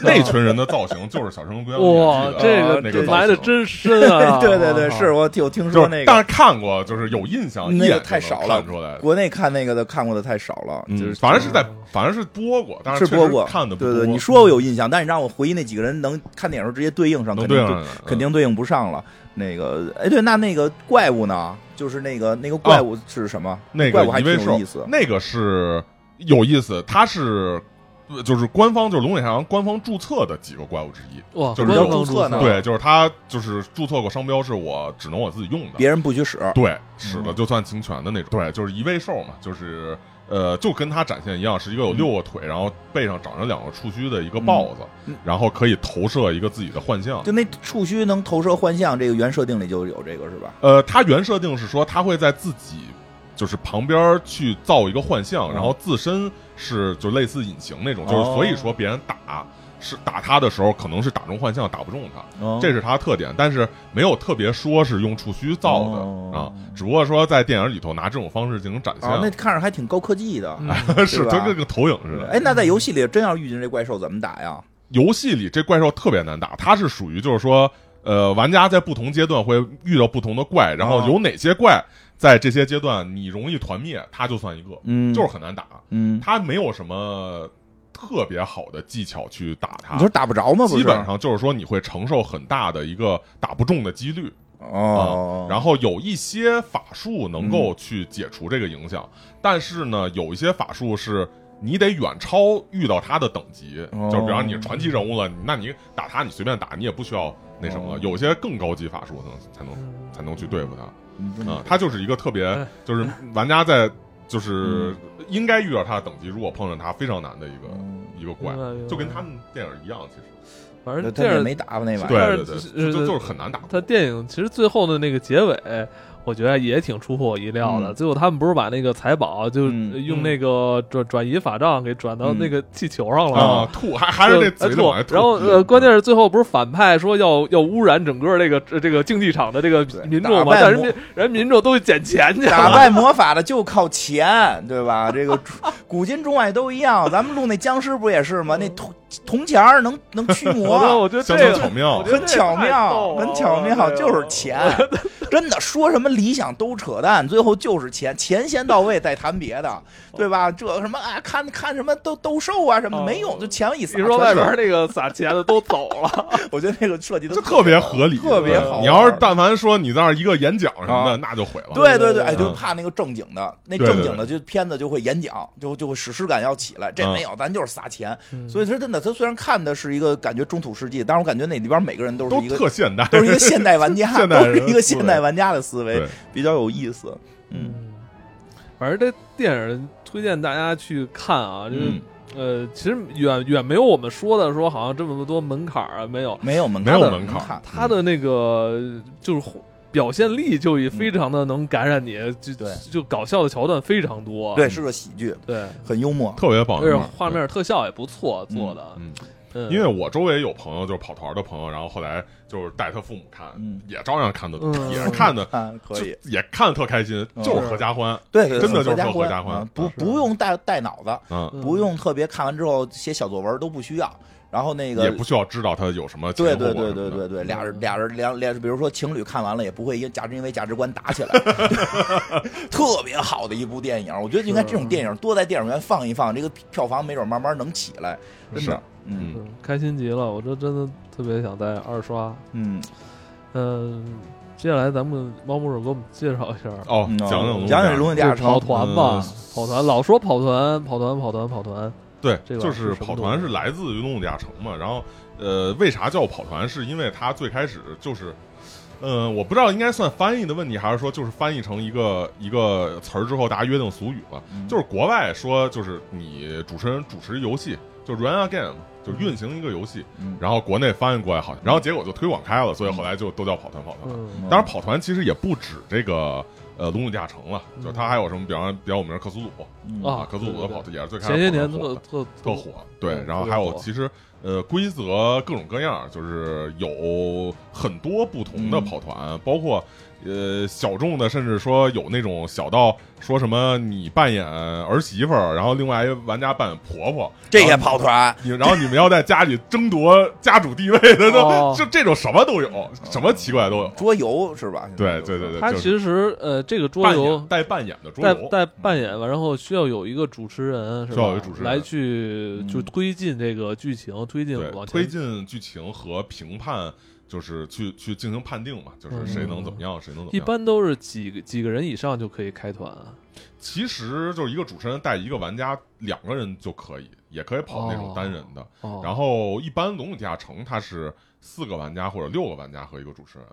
那群人的造型 就是《小神龙归乡历险
哇
记》，
这
的
个
那
这
个
埋
造
的
型，
真深啊！
对对对，
啊
是我有听
就
说
是
那
但
个
是。看过，就是有印象，
那
一
个
眼就
太
能
少了
看出来，
国内看那个的看过的太少了，
嗯
就是
反正是在，反正是播过，但
是
确
播
实
过
看的不
对对，
多嗯
你说我有印象，但是让我回忆那几个人能看电影时候直接对应上，
能
肯
嗯对
定
上
对
来的，
肯定对应不上了。那个，哎，对，那那个怪物呢？就是那个那个怪物是什么？
哦那
怪
个
物还
一
挺
位
有
兽
意思，
那个是有意思，它是呃就是官方就是龙卷太阳官方注册的几个怪物之一。
啊
哇，
就是
官
要
方
注册呢
啊
对，就是他就是注册过商标，是我只能我自己用的，
别人不许使。
对，使
嗯
了就算侵权的那种。对，就是一位兽嘛，就是呃，就跟它展现一样，是一个有六个腿，然后背上长着两个触须的一个豹子，
嗯
然后可以投射一个自己的幻象。
就那触须能投射幻象，这个原设定里就有这个是吧？
呃，它原设定是说它会在自己。就是旁边去造一个幻象，
嗯
然后自身是就类似隐形那种，
哦
就是所以说别人打是打他的时候，可能是打中幻象，打不中他，
哦
这是它的特点，但是没有特别说是用触须造的、
哦
啊，只不过说在电影里头拿这种嗯方式进行展现，
啊，那看着还挺高科技的。
是
对吧
它跟个投影似的。
哎，那在游戏里真要遇见这怪兽怎么打呀？
游戏里这怪兽特别难打，它是属于就是说，呃，玩家在不同阶段会遇到不同的怪，然后
哦
有哪些怪在这些阶段你容易团灭，它就算一个，
嗯
就是很难打，
嗯，
它没有什么特别好的技巧去打它
你。说打不着吗？不
基
是，
本上就是说你会承受很大的一个打不中的几率，
哦，
啊然后有一些法术能够去解除这个影响，但是呢，有一些法术是你得远超遇到他的等级，
哦
就比方你是传奇人物了，你那你打他，你随便打，你也不需要那什么了。
哦
有些更高级法术才能才能才能去对付他
嗯这么
啊，他就是一个特别
哎，
就是玩家在就是应该遇到他的等级，如果碰上他非常难的一
嗯
个一个怪
明白明，白
就跟他们电影一样，其实
哎反正
他也
电影
没打过那玩意儿。
对对
但是
对，就就
呃
就是很难打。
他电影其实最后的那个结尾，我觉得也挺出乎我意料的。
嗯
最后他们不是把那个财宝就
嗯嗯
用那个转、转移法杖给转到那个气球上了吗？
啊，吐还还是那嘴里
吐
往外，吐，
然后呃，关键是最后不是反派说要要污染整个这个这个竞技场的这个
对
民众
打
嘛，
败
但是
魔
民人民众都去捡钱去
打
了，
败魔法的就靠钱，对吧？这个古今中外都一样，咱们录那僵尸不也是吗？那铜铜钱儿能能驱
我觉得
魔，
我觉得这
相当巧
个
妙
我觉。得
很巧妙，很巧妙，
这也太逗了
就是 钱。真的说什么理想都扯淡，最后就是钱，钱先到位再谈别
哦
的，对吧？这什么啊，看看什么斗斗兽啊什么
哦
没用，就钱一撒。
你说外
全
边
是
那个撒钱的都走了，
我觉得那个设计的
这特别合理，
特别
对
好玩。
你要是但凡说你在那儿一个演讲什么的，
啊
那就毁了。
对对对，
嗯
哎，就怕那个正经的，那
对
正经的就片子就会演讲，就就会史诗感要起来。这
嗯
没有，咱就是撒钱。
嗯
所以说真的，他虽然看的是一个感觉中土世纪，但是我感觉那里边每个人都是
都
一个
特现代，
都是一个 现代玩家，
现代
都
人
是一个现代玩家的思维
对，
比较有意思。嗯，
嗯，反正这电影推荐大家去看啊，就是、
嗯，
呃，其实远远没有我们说的说好像这么多门槛儿啊，没
嗯
有，
没有门
没
槛，
有
的
门槛
槛
儿，
他的那个就是表现力就
嗯
也非常的能感染你，就
对
就搞笑的桥段非常多，啊
对，是个喜剧，
对，
嗯很幽默。
特别棒，
而且
是吧
画面特效也不错做的，
嗯，
嗯，
因为我周围有朋友就是跑团的朋友，然后后来就是带他父母看
嗯，
也照样看的
嗯，
也是看的，
啊， 可
就
以，
也看的特开心，
嗯
就是合家欢
对，对对
真的就是
合
合
家
家欢
啊不
是
不用带带脑子，
啊，
嗯
不用特别看完之后写小作文都不需要。然后那个
也不需要知道他有什么
对
前后
对
果
对
什
对
么的嗯
对对，俩人俩人俩俩，比如说情侣看完了也不会因价值因为价值观打 起来，特别好的一部电影，我觉得应该
啊
这种电影多在电影院放一放，这个票房没准慢慢能起来，真
是
的，嗯
嗯，
嗯开心极了，我这真的特别想再二刷，
嗯，
嗯，接下来咱们猫牧师给我们介绍一下。
哦，
嗯
讲讲
讲讲
龙
龙
卷
卷地下
跑
城，
团吧
嗯，
跑团老说跑团，跑团，跑团，跑团，
对，
这个
就是是
什么
跑
东
团
西
是来自于《龙与地下城》嘛。然后，呃，为啥叫跑团？是因为它最开始就是，呃，我不知道应该算翻译的问题，还是说就是翻译成一个一个词儿之后，大家约定俗语了。
嗯
就是国外说，就是你主持人主持游戏，就 run a game，就运行一个游戏。
嗯
然后国内翻译过来好，然后结果就推广开了，所以后来就都叫跑团跑团。
嗯，
当然，跑团其实也不止这个。呃，龙与地下城了，就是它还有什么，比方比较有名的克苏鲁
嗯
嗯啊
克苏鲁的跑也是最开始
前些
跑团
年
火
特
的
特
特火，对
对，
然
嗯
后
特别
还有
火
其实呃规则各种各样，就是有很多不同的
嗯
跑团，包括呃小众的，甚至说有那种小到说什么你扮演儿媳妇儿，然后另外一个玩家扮演婆婆，
这
然
也
后
跑团，
你，然后你们要在家里争夺家主地位的，都、
哦
就这种什么都有，什么奇怪都有，
桌游是吧？
对对对对，
他
就
其实呃，这个桌
扮
游
演带扮演的桌
带
游，
带扮演吧，然后需要有一个主持人，是吧
需要有一个主持人
来去就
嗯
推进这个剧情，推进
对
往前
推进剧情和评判。就是去去进
嗯
行判定嘛，就是谁能怎么样，谁能怎么样。
一般都是几个几个人以上就可以开团啊，
其实就是一个主持人带一个玩家，两个人就可以，也可以跑那种单人的。
哦，
然后一般《龙与地下城》它是四个玩家或者六个玩家和一个主持人、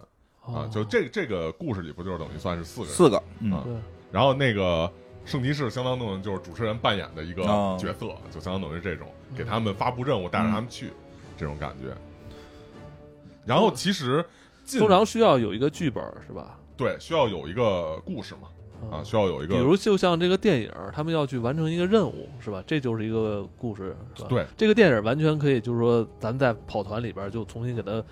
啊，
哦
就这这个故事里不就是等于算是四个人？
四个，嗯
啊
对，
然后那个圣骑士相当等于就是主持人扮演的一个
哦
角色，啊就相当等于这种给他们发布任务，带着他们去、这种感觉。
嗯
然后其实进
通常需要有一个剧本是吧？
对需要有一个故事嘛啊，
嗯
需要有一个
比如就像这个电影儿，他们要去完成一个任务，是吧？这就是一个故事，是吧？
对
这个电影儿完全可以，就是说咱们在跑团里边儿就重新给它，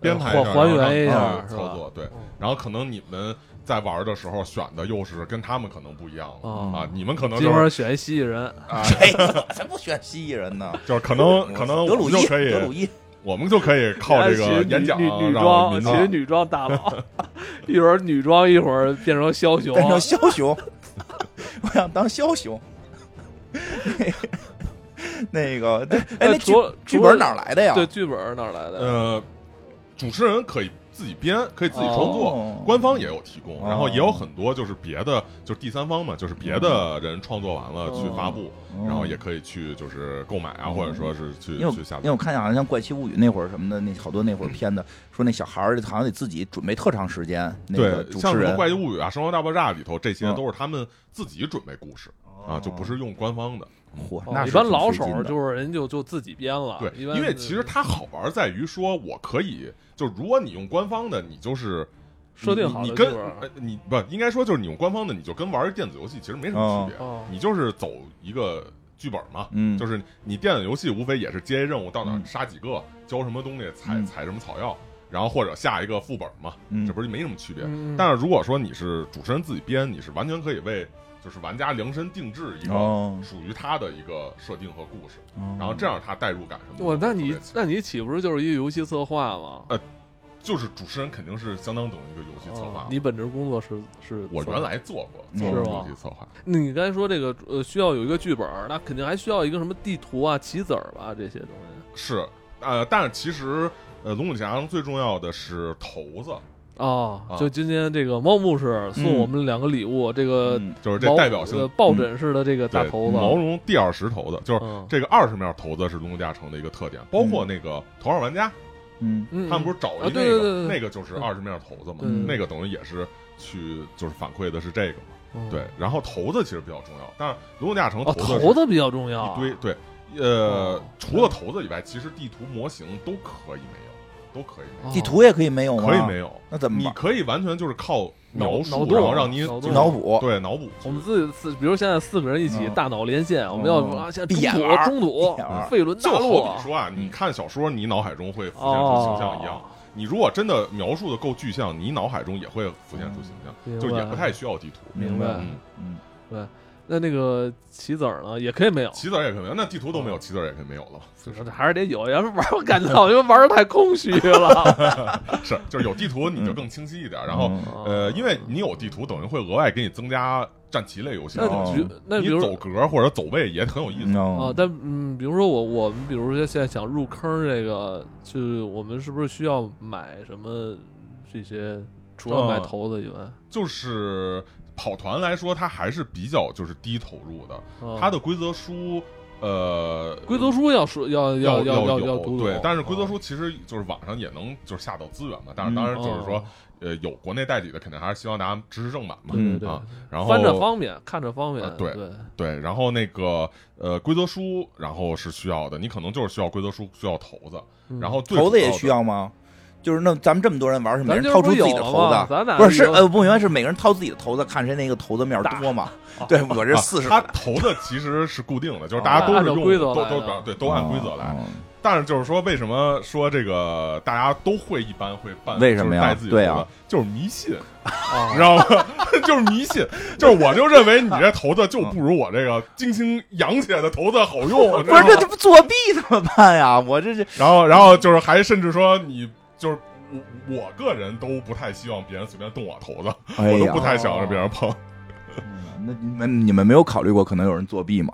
编排一
还
下
还原一
下
然后让他们
是吧嗯
操作对。然后可能你们在玩的时候选的又是跟他们可能不一样了、
哦
啊，你们可能
金
就
花
是
选一蜥蜴人，
啊，
谁才不选蜥蜴人呢？
就是 可能可能
德
我
鲁
们
伊
就可
德鲁
以，
伊
我们就可以靠这
然后哎其
个
实
演
女
讲
女女
让
装，
民
其
众
实女装大佬， 一会儿女装，一会儿变成枭雄，
变成枭雄， 我想当枭雄。那个，对哎，
那
那剧
除了
剧
除了
本哪儿来的
呃
呀？
对
嗯
剧本儿哪儿来的？
呃，主持人可以自己编，可以自己创作，
哦
官方也有提供，
哦
然后也有很多就是别的，就是第三方嘛，就是别的人创作完了
哦
去发布，
哦
然后也可以去就是购买啊，或者说是去
因为我
去下
因为
载嗯
我。看见好像像《怪奇物语》那会儿什么的，那好多那会儿片子说那小孩儿好像得自己准备特长时间，那个
对，
主
像
持
什么
人
《怪奇物语》啊，《生活大爆炸》里头，这些
嗯
都是他们自己准备故事啊，
哦
就不是用官方的。
嚯
哦
那
一
是
般
挺
老
费
手
劲
儿
的
就是人就就自己编了，
对，
啊一般
因为其实它好玩在于说，我可以就如果你用官方的，你就是
设定
你
好
你
的
你
剧
跟
本儿
呃你不应该说就是你用官方的，你就跟玩儿电子游戏其实没什么区别，
哦
你就是走一个剧本嘛。
嗯，
就是是你电子游戏无非也是接任务到哪儿杀几个，交什么东西，采
嗯
采什么草药，然后或者下一个副本嘛，
嗯
这不是没什么区别。
嗯嗯
但是如果说你是主持人自己编，你是完全可以为就是玩家量身定制一个
哦，
属于他的一个设定和故事，然后
哦
这样他代入感什么的。
我那你
特别强
那你岂不是就是一个游戏策划吗？
就是主持人肯定是相当懂一个游戏策划
哦
嘛。
你本职工作是是
我
策划
原来做过
嗯
做过
是吗
游戏策划，
你刚才说这个呃需要有一个剧本儿，那肯定还需要一个什么地图啊、棋子儿吧这些东西
是呃，但是其实呃，龙与地下城最重要的是骰子，
哦
啊
就今天这个猫牧师送
嗯
我们两个礼物，这
呃
个
嗯
就是这
毛
代表性嗯
呃抱枕式的这个大
对
头
毛
子，
绒第二石头的，就是
嗯
这个二十面骰子是龙与地下城的一个特点，包括那个头号玩家，
嗯
嗯，
他们不是找
啊对
一那
对对嗯
个
对
那个就是二十面骰子嘛
对对，
那个等于也是去就是反馈的是这个嘛，
嗯
对，然后骰子其实比较重要，但是龙与地下城
哦，
子
头子比较重要
是
啊，
一堆对，呃
哦，
除了骰子以外，其实地图模型都可以没有，都可以没
哦
地图也可以没有
有，
吗？
可以没有，
那怎么
你
办？
可以完全就是靠描
脑脑
述，
洞啊
然后让你
脑
就
洞哦
是
脑补
对脑补
我们自己四，比如现在四个人一起
嗯
大脑连线，我们要
嗯
啊，现在
闭
中
眼
土
玩儿
中土嗯
闭眼玩儿
费伦
就
大陆嗯
好比说啊，你看小说，你脑海中会浮现出
哦
形象一样。你如果真的描述的够具象，你脑海中也会浮现出形
嗯明白
象，就也不太需要地图。
明白
嗯，
嗯，
那那个棋子儿呢，也可以没有，
棋子儿也可以没有，那地图都没有，棋子儿也可以没有 了嘛。就是
还是得有，要是玩儿我感觉我就玩的太空虚 了。
是，就是有地图你就更清晰 一点。然后，
哦
嗯
呃，因为你有地图，等于会额外给你增加战棋类游戏的
那
乐
哦
比
趣。
如那比
你
如
走格或者走位也很有意思。
啊
哦，
但嗯，比如说我我们比如说现在想入坑这个，就是我们是不是需要买什么这些？除了买
嗯
骰子以外，
就是跑团来说，它还是比较就是低投入的，
啊
它的规则书，呃，
规则书要说要
要
要要
有
要读懂
对，但是规则
啊
书其实就是网上也能就是下到资源嘛，但是
嗯
当然就是说
哦，
呃，有国内代理的，肯定还是希望大家支持正版嘛
对对对
啊。然后
翻着方便，看着方便
啊，对
对，
对，然后那个呃规则书，然后是需要的，你可能就是需要规则书，需要骰子，
嗯
然后最
猴子也
主要的啊
需。要吗？就是那咱们这么多人玩，是每
咱
人
今儿
掏出
不
自
是
己
有
的
了
骰
吗？
子，
咱俩
不是是
有
呃，不明白是每个人掏自己的骰子，看谁那个骰子面儿
大
多嘛？对我这
啊
四十
它骰子其实是固定的，就是大家都
哦按
是
照
用
规则
都
来
都
的
都对都按规
哦
则来，，但是就是说，为什么说这个大家都会一般会办？
为什么呀
就是带自己
对
头
啊
的，就是迷信，
啊
你知道吗？ 就是迷信，就是我就认为你这头子就不如我这个精心养起来的头子好用，
不是
你知
这
道
这
吗
不作弊怎么办呀？我这是
然后，然后就是还甚至说你就是我我个人都不太希望别人随便动我头子，
哎
我都
呀
不，太想让别人碰。
哎那你们你们没有考虑过可能有人作弊吗？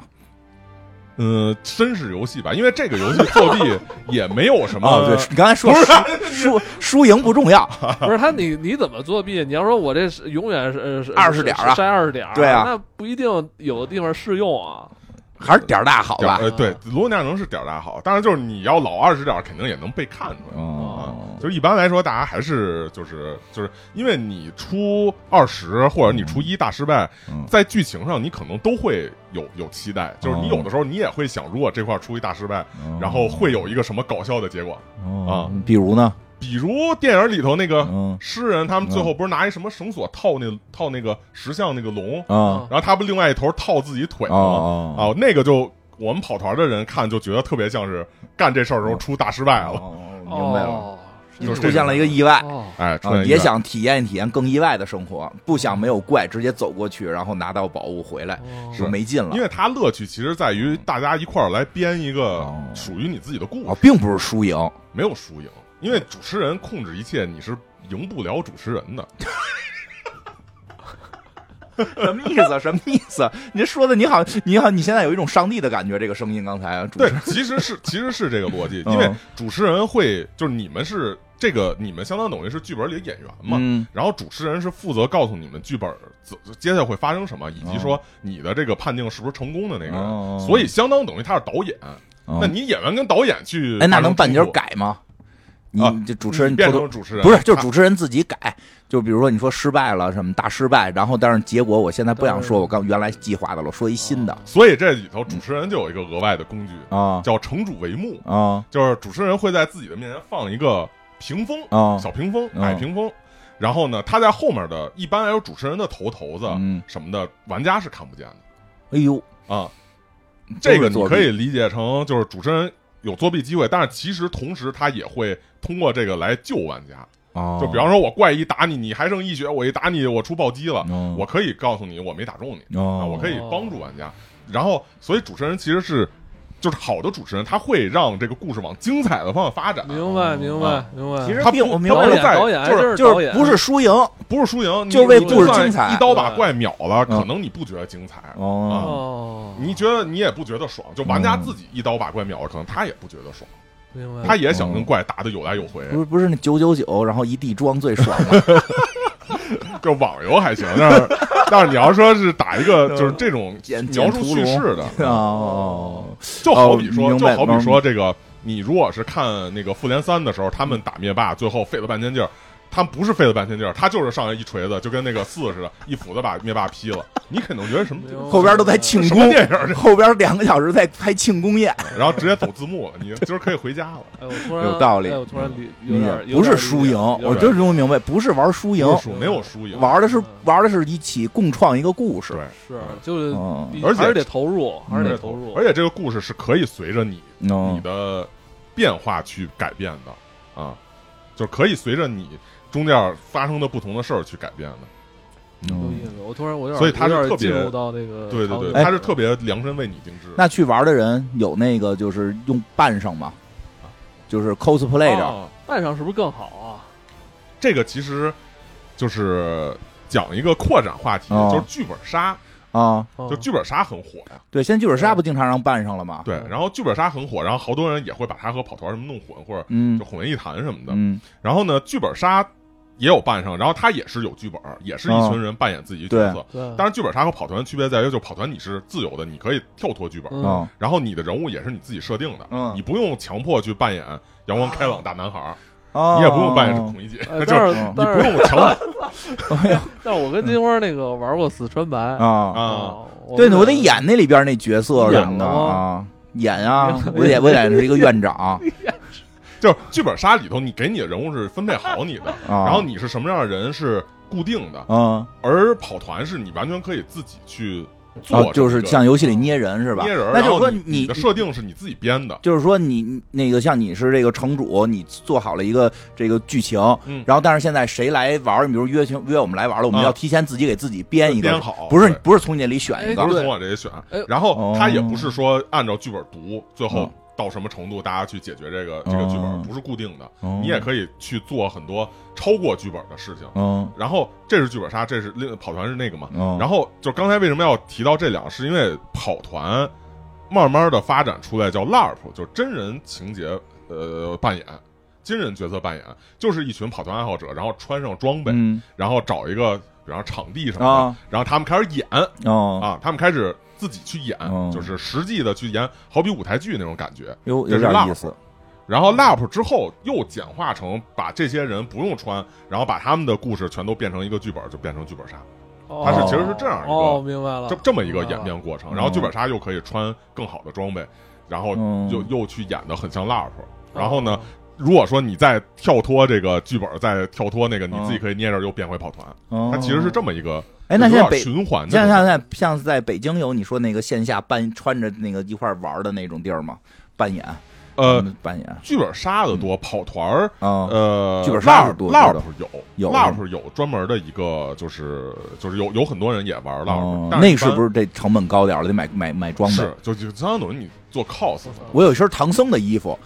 嗯，绅士游戏吧，因为这个游戏作弊也没有什么、呃
啊，对，你刚才说
不是
输输输赢不重要，
不是他你你怎么作弊？你要说我这是永远是呃是
20点儿啊
筛二十点儿，
对啊
那不一定有的地方适用啊。
还是点儿大好
点儿
吧？
呃，对，罗纳能是点儿大好，但是就是你要老二十点儿，肯定也能被看出来。啊
哦，
就是一般来说，大家还是就是就是，因为你出二十或者你出一大失败，
嗯
在剧情上你可能都会有有期待，就是你
哦
有的时候你也会想，如果这块儿出一大失败，
嗯
然后会啊有一个什么搞笑的结果，
哦比如呢？
比如电影里头那个
嗯
诗人，他们最后不是拿一什么绳索套那套那个石像那个龙，
啊
然后他不另外一头套自己腿
哦
吗？
哦
啊，那个就我们跑团的人看就觉得特别像是干这事儿的时候出大失败了，
哦明白了，
哦，
就是
出
这
现
种
了一个意外。
哦，
哎，出
啊，
现一
也
个
想体验体验更意外的生活，不想没有怪直接走过去，然后拿到宝物回来
哦
就没劲了
因。为它乐趣其实在于大家一块儿来编一个
哦
属于你自己的故
啊
事，，
并不是输赢，
没有输赢，因为主持人控制一切，你是赢不了主持人的。
什么意思？什 么意思？您说的你好，你好，你现在有一种上帝的感觉，这个声音刚才主
对
持，
其实是其实是这个逻辑，
嗯
因为主持人会就是你们是这个你们相当等于是剧本里的演员嘛，
嗯
然后主持人是负责告诉你们剧本怎接下来会发生什么，以及说你的这个判定是不是成功的那个人，
哦
所以相当等于他是导演。
哦
那你演员跟导演去
哎，那
发生
能半截
冲突
改吗？你
啊
这主持人
你变
偷偷
成主持人啊
不是，就是主持人自己改。就比如说你说失败了什么大失败，然后但是结果我现在不想说我刚原来计划的了，我说一新的
所以这里头主持人就有一个额外的工具，
啊
叫城主帷幕，
啊
就是主持人会在自己的面前放一个屏风，
啊
小屏风、
嗯
矮屏风，然后呢，他在后面的一般来说主持人的头头子
嗯
什么的，玩家是看不见
哎
的
呦，
啊。这个
嗯都是
你
作弊
可以理解成就是主持人有作弊机会，但是其实同时他也会通过这个来救玩家。
哦
就比方说，我怪一打你，你还剩一血，我一打你，我出暴击了，
哦
我可以告诉你我没打中你啊，
哦
我可以帮助玩家。然后，所以主持人其实是就是好的主持人，他会让这个故事往精彩的方向发展。
明白明白
啊
明白。
其实
他
并
不
我明白
导
了
演
在
导演还
就是
是
就
导
是
演
不是输赢
不是输赢，你
就是为
你
故事
算
精彩
一刀把
对
怪秒了，
嗯
可能你不觉得精彩，啊
哦
哦，
你觉得你也不觉得爽。就玩家
嗯
自己一刀把怪秒了，可能他也不觉得爽，
明白
他也想跟怪打的有来有回。
不是不是那九九九，然后一地装最爽 了
就网游还行， 但是但是你要说是打一个 就是这种
简
描述叙
简屠
事的，嗯
哦，
就好比说，
哦明
就
白
好比说这个，你如果是看那个复联三的时候，他们打灭霸，最后费了半天劲儿，他们不是费了半天劲儿，他就是上来一锤子，就跟那个四似的，一斧子把灭霸劈了，你可能觉得什么
没 有
后边都在庆
什
功
么，电影儿这，
后边两个小时在拍庆功宴，
然后直接走字幕了，你今儿可以回家了。
哎，我突然
有道理
哎我突然理有点有点
嗯不是输赢，
有点
我就是弄明白，不是玩输赢
没，有输没有输赢，
玩的是玩的是一起共创一个故事
对，，
是就是
嗯
比，
而且
还是得投入，还是
而
得
且
投入，
而且这个故事是可以随着你你
嗯，
的变化去改变的啊，就是可以随着你中间发生的不同的事儿去改变的。
有
嗯
意思。我突然我有点
所以他是
有点
特别
进入到那个
对对
场景
对，
了
它是特别量身为你定制的。
那去玩的人有那个就是用扮上吗？就是 cosplay 着，
哦
扮上是不是更好啊？
这个其实就是讲一个扩展话题，
哦
就是剧本杀。
啊，
哦
就剧本杀很火呀，
对，现在剧本杀不经常让扮上了吗？，
对。然后剧本杀很火，然后好多人也会把它和跑团什么弄混，或者
嗯
就混为一谈什么的。
嗯，
然后呢，剧本杀也有扮上，然后它也是有剧本，也是一群人扮演自己的角色。
对，
当然，剧本杀和跑团的区别在于，就跑团你是自由的，你可以跳脱剧本，
嗯
啊
然后你的人物也是你自己设定的，
嗯
你不用强迫去扮演阳光开朗大男孩儿，
啊，
你也不用扮演孔乙己，
呃
就是
但
嗯
是
你
但
不
是
用强
但是我跟金花那个玩过死川白
啊，
啊。
哦
对，
们
我得演那里边那角色什么
演
的
了吗
啊，演 啊，我演我演是一个院长啊
就是剧本杀里头，你给你的人物是分配好你的，
啊
然后你是什么样的人是固定的，
嗯，
而跑团是你完全可以自己去做这
啊，
个，
就是像游戏里捏人是吧？
捏人儿，
那
然
就是
后
说
你
你
的设定是你自己编的，
就是说你你那个像你是这个城主，你做好了一个这个剧情，
嗯
然后但是现在谁来玩儿，你比如约群约我们来玩了，我们
啊
要提前自己给自己编一个，
编好
不是
对
不是从你那里选一
哎
个
不是
对
从我这里选
哎。
然后他也
哦
不是说按照剧本读，最后
嗯
到什么程度大家去解决这个这个剧本，
哦
不是固定的，
哦
你也可以去做很多超过剧本的事情。
嗯
然后这是剧本杀，这是另跑团是那个嘛。
嗯
然后就刚才为什么要提到这两个，是因为跑团慢慢的发展出来叫 LARP，就是真人情节呃扮演，真人角色扮演，就是一群跑团爱好者，然后穿上装备，
嗯
然后找一个比方说场地什么的，
啊
然后他们开始演
哦，
啊，他们开始自己去演，
哦
就是实际的去演，好比舞台剧那种感觉。
有有
这啊是
点
LARP
意思，
然后 LARP 之后又简化成把这些人不用穿，然后把他们的故事全都变成一个剧本，就变成剧本杀。它
是
哦
其实
是这样一个
哦，明白了，哦
这这么一个
明白
演
了
变过程。
嗯
然后剧本杀又可以穿更好的装备，然后
嗯
又又去演的很像 LARP。然后
哦
呢，如果说你再跳脱这个剧本，再跳脱那个，你
嗯
自己可以捏着又变回跑团。它
它
其实是这么一个，
嗯哎，那现在
有点
北
循环的
像
东西。
像在像在北京有你说那个线下扮穿着那个一块玩的那种地儿吗？扮演
呃，
嗯扮演
剧本杀的
嗯
多，跑团儿
啊
呃，
剧本杀是多多
LARP
的
有
有
LARP 有专门的一个，就是就是有有很多人也玩 LARP，
哦
但
那个是不
是
是这成本高点儿了？得买买买装
一般
备。
是就就相当于你做 cos，
我有一身唐僧的衣服，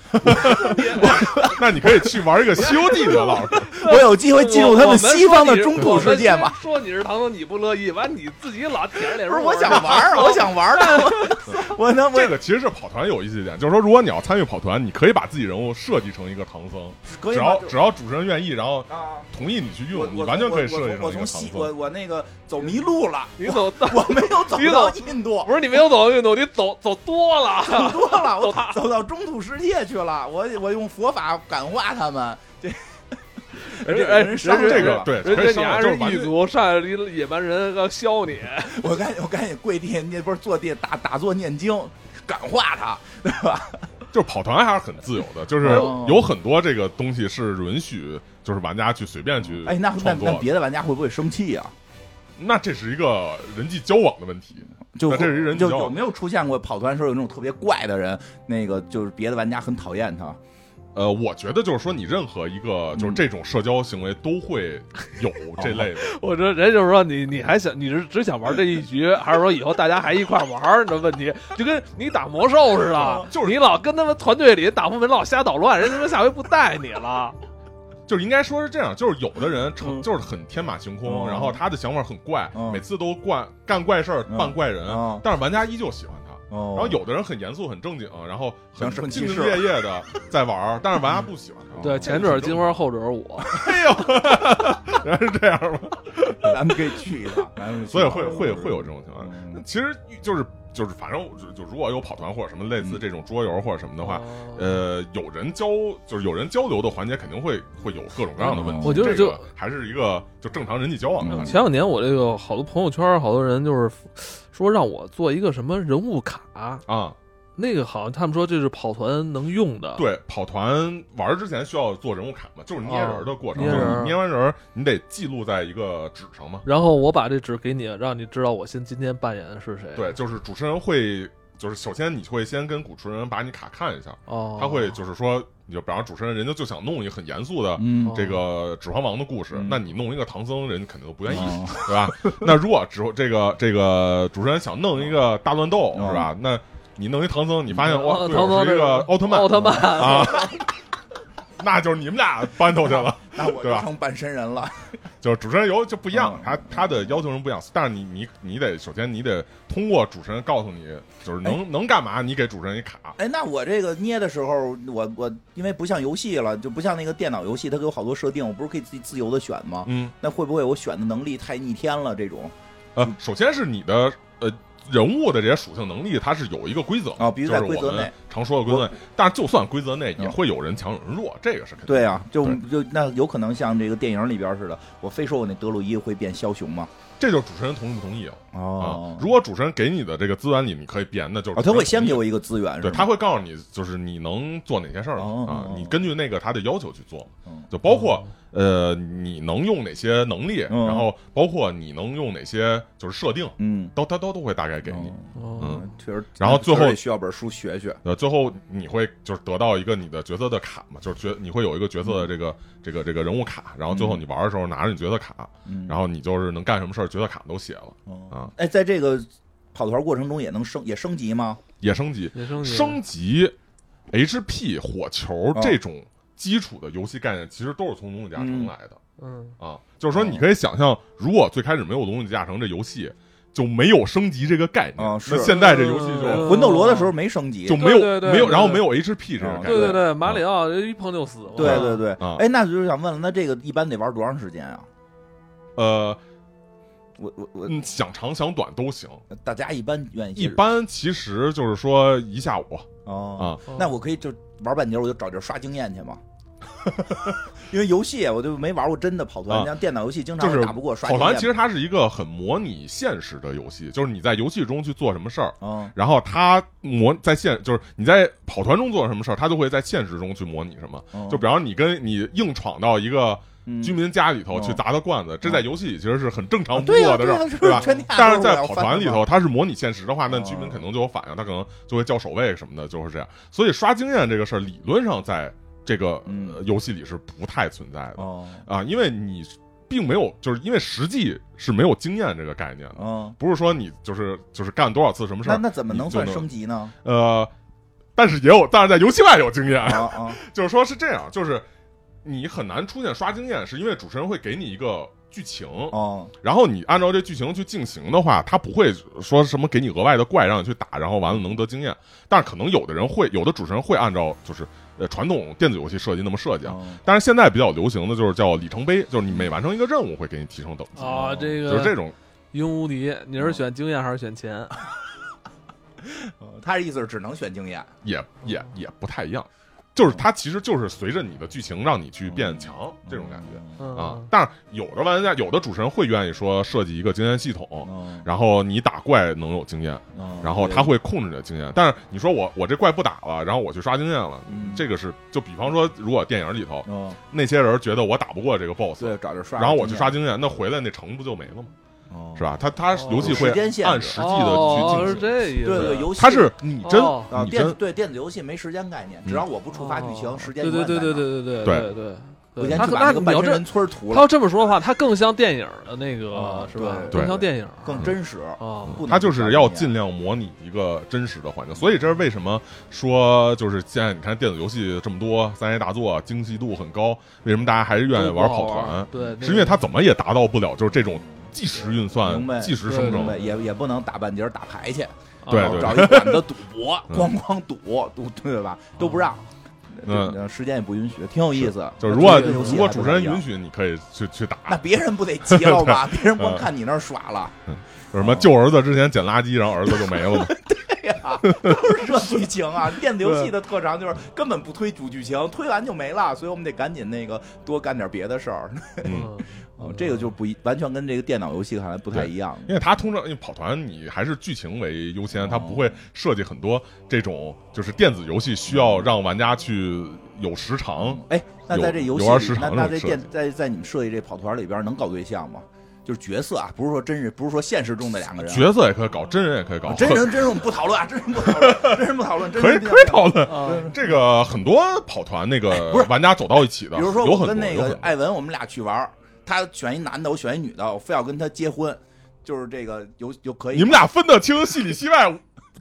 那你可以去玩一个《西游记》的 LARP，
我有机会进入他西方的中土世界
吧
吧？？
我们先说你是唐僧，你不乐意，完你自己老舔着脸
不
说
是，我想
是
玩 儿，我想玩儿的，我我能我
这个其实是跑团有意思一点，就是说如果你要参与跑团，你可以把自己人物设计成一个唐僧，
可以
只
吗
要只要主持人愿意，然后
啊，
同意你去
我
用，你
我
完全可以设
我
计
我我
成一个
从
唐
西我
僧。
我那个走迷路了，
你走到
我没 有走
你
到
走
印度，
不是你没有走运动，你走走多了。
走多了，我
走他
走到中土世界去了，我我用佛法感化他们，这
哎
这
哎
人上
人
这
去
个
了，
对，
人
可
家
以
你
商
还
量，就是是完
狱
全
卒，上一野蛮人要削你，
我赶紧我赶紧跪地，那不是坐地打打坐念经，感化他，对吧？
就是跑团还是很自由的，就是
哦
有很多这个东西是允许就是玩家去随便去
哎，那那
创作
那
的。
别的玩家会不会生气啊？
那这是一个人际交往的问题，
就
那这是一人比
就
较
有没有出现过跑团时候有那种特别怪的人，那个就是别的玩家很讨厌他，
呃，我觉得就是说，你任何一个
嗯
就是这种社交行为都会 有这类的，
我说人就是说你你还想你是只想玩这一局， 还是说以后大家还一块玩儿？你的问题就跟你打魔兽似的，
哦就是
你老跟他们团队里打副本老瞎捣乱，人他妈下回不带你 了。
就是应该说是这样，就是有的人
嗯
成就是很天马行空，
嗯
然后他的想法很怪，
嗯
每次都怪干怪事儿、
嗯
扮怪人
嗯，哦
但是玩家依旧喜欢他。
然
然后有的人很严肃、很正经，然后很
像圣骑
兢兢
士
业业的在玩儿，但是玩家不喜欢他。
对，前者是金花，后者是 我。
哎呦，原来是这样 吗？
咱们可以去一趟，咱们可以去
所以
一趟
会会会有这种情况。那
嗯
其实就是就是，反正就就如果有跑团或者什么类
嗯
似这种桌游或者什么的话，
哦
呃，有人交就是有人交流的环节，肯定会会有各种各样的问题。
我觉得
这个
就
还是一个就正常人际交往的啊
嗯
环节。
前两年我这个好多朋友圈，好多人就是说让我做一个什么人物卡，
啊，
那个好像他们说这是跑团能用的。，
对，跑团玩之前需要做人物卡嘛，就是捏人的过程。
哦捏人
就是你捏完人，你得记录在一个纸上嘛。
然后我把这纸给你，让你知道我先今天扮演的是谁。
对，，就是主持人会，就是首先你会先跟主持人把你卡看一下，
哦，
他会就是说，你就比方说主持人人家就想弄一个很严肃的，
嗯
这个《指环王》的故事，
嗯
那你弄一个唐僧，人肯定都不愿意，
哦
对吧？那如果只这个这个主持人想弄一个大乱斗，
嗯
是吧？那你弄一唐僧，你发现哇，
哦
队
唐
友
僧
是一个奥特曼，
奥特曼
啊， 那就是你们俩搬头 去了，
那我就
对吧
成半身人了，
就是主持人有就不一样
嗯，
他他的要求是不一样，但是你你你得首先你得通过主持人告诉你，就是
哎
能能干嘛，你给主持人一卡，
哎，那我这个捏的时候，我我因为不像游戏了，就不像那个电脑游戏，它有好多设定，我不是可以自己自由的选吗？
嗯，
那会不会我选的能力太逆天了？这种
呃，首先是你的呃人物的这些属性能力，它是有一个规则
啊必须在规则内
就是我们常说的规则内。但是就算规则内，也会有人强有人弱，这个是肯定。
对啊，就
对
就那有可能像这个电影里边似的，我非说我那德鲁伊会变枭雄嘛？
这就是主持人同意不同意啊。
哦
啊，如果主持人给你的这个资源里，你可以编的，就是
哦，他会先给
我，
我一个资源是
对，
吗
他会告诉你，就是你能做哪些事儿
哦
啊
哦，
你根据那个他的要求去做
嗯，
就包括呃你能用哪些能力，
嗯
然后包括你能用哪些就是设定，
嗯
都他都都会大概给你
哦。
哦，
嗯，
确实，
然后最后
确实得需要本书学学。
呃，最后你会就是得到一个你的角色的卡嘛，就是角你会有一个角色的这
嗯
个、这个这个人物卡，然后最后你玩的时候拿着你角色卡，
嗯
然后你就是能干什么事儿，角色卡都写了，啊
哦，哎，在这个跑团过程中也能升也升级吗？
也升级，
野生
升级 HP 火球
哦
这种基础的游戏概念，其实都是从《龙与地下城》来的、
嗯，
啊，就是说你可以想象，如果最开始没有《龙与地下城》这游戏。就没有升级这个概
哦
念。
啊是
那现在这游戏就
嗯
魂斗罗的时候没升级，
就没有
对对对
没有，
对哦
然后没有 HP 这个
啊
概念。
对对对，马里奥一碰就死嘛。
对对对
啊，
哎，那就是想问了，那这个一般得玩多长时间啊？
呃，
我我我，
嗯，想长想短都行。
大家一般愿意
一般其实就是说一下午
哦，
啊，
那我可以就玩半截儿，我就找地儿刷经验去 嘛。因为游戏啊我就没玩过真的跑团，
啊
像电脑游戏经
就
常
是
打不过刷
跑
经
团
验。
其实它是一个很模拟现实的游戏，就是你在游戏中去做什么事儿，
嗯
然后它模在现就是你在跑团中做什么事儿，它就会在现实中去模拟什么。
嗯，
就比方你跟你硬闯到一个
嗯
居民家里头
嗯
去砸他罐子，这在游戏里其实是很正常
啊
不
对呀
过的事
对
儿，
呀
对吧？
全天下
但是
都我
在
要
跑
翻
团
的
里
嘛
头，它是模拟现实的话，那居民
哦
肯定就有反应，他可能就会叫守卫什么的，就是这样。所以刷经验这个事儿，理论上在这个、
嗯
呃游戏里是不太存在的、
哦
啊，因为你并没有，就是因为实际是没有经验这个概念的，
嗯，
不是说你就是就是干多少次什么事
那
儿，
那怎么
你
能
就
算
能
升级 呢？
呃，但是也有，但是在游戏外有经验，
啊啊，
就是说是这样，就是你很难出现刷经验，是因为主持人会给你一个剧情，
哦
然后你按照这剧情去进行的话，他不会说什么给你额外的怪让你去打，然后完了能得经验。但是可能有的人会，有的主持人会按照就是呃传统电子游戏设计那么设计啊。
哦
但是现在比较流行的就是叫里程碑，就是你每完成一个任务会给你提升等级，
啊，这
就是这
个
种。
英雄无敌，你是选经验还是选钱？
哦他的意思是只能选经验。
也也也不太一样，就是它其实就是随着你的剧情让你去变强这种感觉
嗯
啊。但是有的玩家有的主持人会愿意说设计一个经验系统，
嗯，
然后你打怪能有经验。
嗯
然后他会控制你的经验。但是你说我我这怪不打了，然后我去刷经验了，
嗯
这个是就比方说，如果电影里头
嗯，
那些人觉得我打不过这个 boss，
对，找地儿刷，
然后我去刷，经验，那回来那城不就没了吗？
哦
是吧？他他
哦
游戏会
时间限制
按实际
哦
的
哦
去
是
进行，
这意思。
对对，游戏
他是拟真
哦
啊，
拟
电子
真。
对电子游戏没时间概念，只
嗯
要我不触发剧情，
哦
时间
对
永
对
远
对
在
对
那儿
对对
对
对对
我
对。
先
他
去
可
把
那
那个
你要
半
这
人村儿屠
他
了，
要这么说的话，他更像电影的那个
啊
是吧？
对
更像电影
更嗯真实，
啊。
不能
嗯他就
刷
是要
经验
尽量模拟一个真实的环境，所以这是为什么说就是现在你看电子游戏这么多三 A 大作，啊精细度很高，为什么大家还是愿意玩跑团？
对，
是因为他怎么也达到不了就是这种即时运算
明白、
即时生
对
成
明白，也也不能打半截儿打牌去，
对
啊
然后找
对
一馆子赌博，
嗯
咣咣赌赌，对吧？都不让，
嗯
这时间也不允许，挺有意思。
就是如果
那这个游戏
如果
还
主
不
持人
一样
允，许，嗯你可以去去打。
那别人不得急了吗？ 别人光看你那儿耍了，
有什么救儿子之前捡垃圾，然后儿子就没 了嘛？
对哎呀，都是这剧情啊！电子游戏的特长就是根本不推主剧情，推完就没了，所以我们得赶紧那个多干点别的事儿。
嗯，
哦，这个就不一，完全跟这个电脑游戏看来不太一样。
因为他通常因为跑团，你还是剧情为优先，他
哦
不会设计很多这种就是电子游戏需要让玩家去有时长。
哎，那在这游戏
有有二十
里，那
场
那
这
在
种
电在在你们设计这跑团里边能搞对象吗？就是角色啊，不是说真是，不是说现实中的两个人啊。
角色也可以搞，真人也哦可以搞，
啊真
很
人真人我们不讨论啊，真人不讨 论，真人不讨论，真
可以
人比较嗯
可以讨论。
啊
这个很多跑团那
哎
个
不是
玩家走到一起的，
比如说
有
我
很多
跟那
有很
个
多
艾文，我们俩去玩儿，他选一男的，我选一女的，我非要跟他结婚，就是这个有有可以。
你们俩分得清戏里戏外，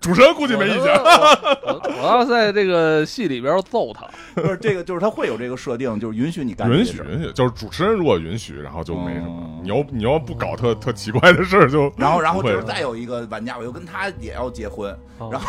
主持人估计没意见。
我我我要在这个戏里边揍他，
不是这个，就是他会有这个设定，就是允许你干这
允
个
许
事儿。
允许，就是主持人如果允许，然后就没什么
哦。
你要你要不搞特特奇怪的事儿，就
然后，然后
不会啊
就是再有一个玩家，我又跟他也要结婚，
哦
然后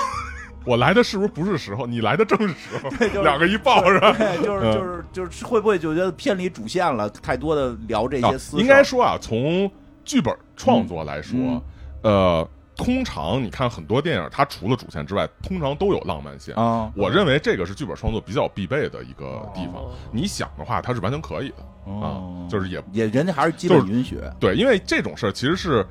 我来的是不是不是时候？你来的正是时候，
就是
两个一抱是吧？
对，就是
嗯
就是就是会不会就觉得偏离主线了？太多的聊这
啊
些私事儿，
应该说啊，从剧本创作来说，
嗯
呃，通常你看很多电影，它除了主线之外，通常都有浪漫线。
啊，
我认为这个是剧本创作比较必备的一个地方。
哦
你想的话，它是完全可以的
哦
啊，就是也
也人家还是基本
就是
允许，
对，因为这种事儿其实是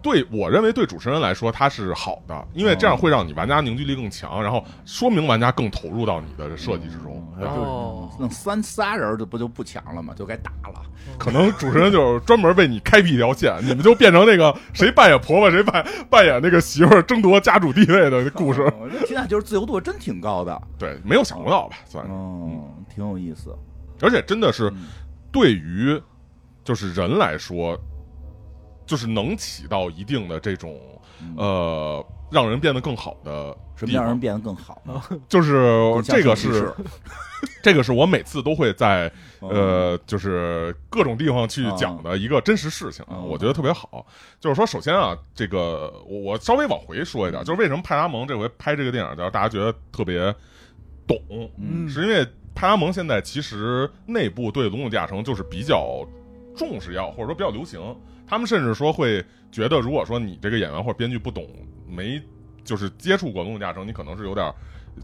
对我认为对主持人来说它是好的，因为这样会让你玩家凝聚力更强，然后说明玩家更投入到你的设计之中。
嗯
对吧
哦
弄三仨人儿就不就不强了吗？就该打了。
可能主持人就是专门为你开辟一条线，你们就变成那个谁扮演婆婆，谁扮扮演那个媳妇儿争夺家主地位的故事。
哦这现在就是自由度真挺高的，
对，没有想不到吧，算是。
嗯，挺有意思。
而且真的是
嗯
对于就是人来说，就是能起到一定的这种
嗯
呃让人变得更好的
什么
地
样让
方
人。变得更好呢？
就是
更像
这个
圣骑士
是，这个是我每次都会在
嗯，
呃，就是各种地方去讲的一个真实事情啊，
嗯
我觉得特别好。就是说，首先啊，这个我我稍微往回说一点，就是为什么派拉蒙这回拍这个电影，就是大家觉得特别懂，
嗯
是因为派拉蒙现在其实内部对《龙与地下城》就是比较重视要，或者说比较流行。他们甚至说会觉得，如果说你这个演员或者编剧不懂，没就是接触过《龙与地下城》，你可能是有点儿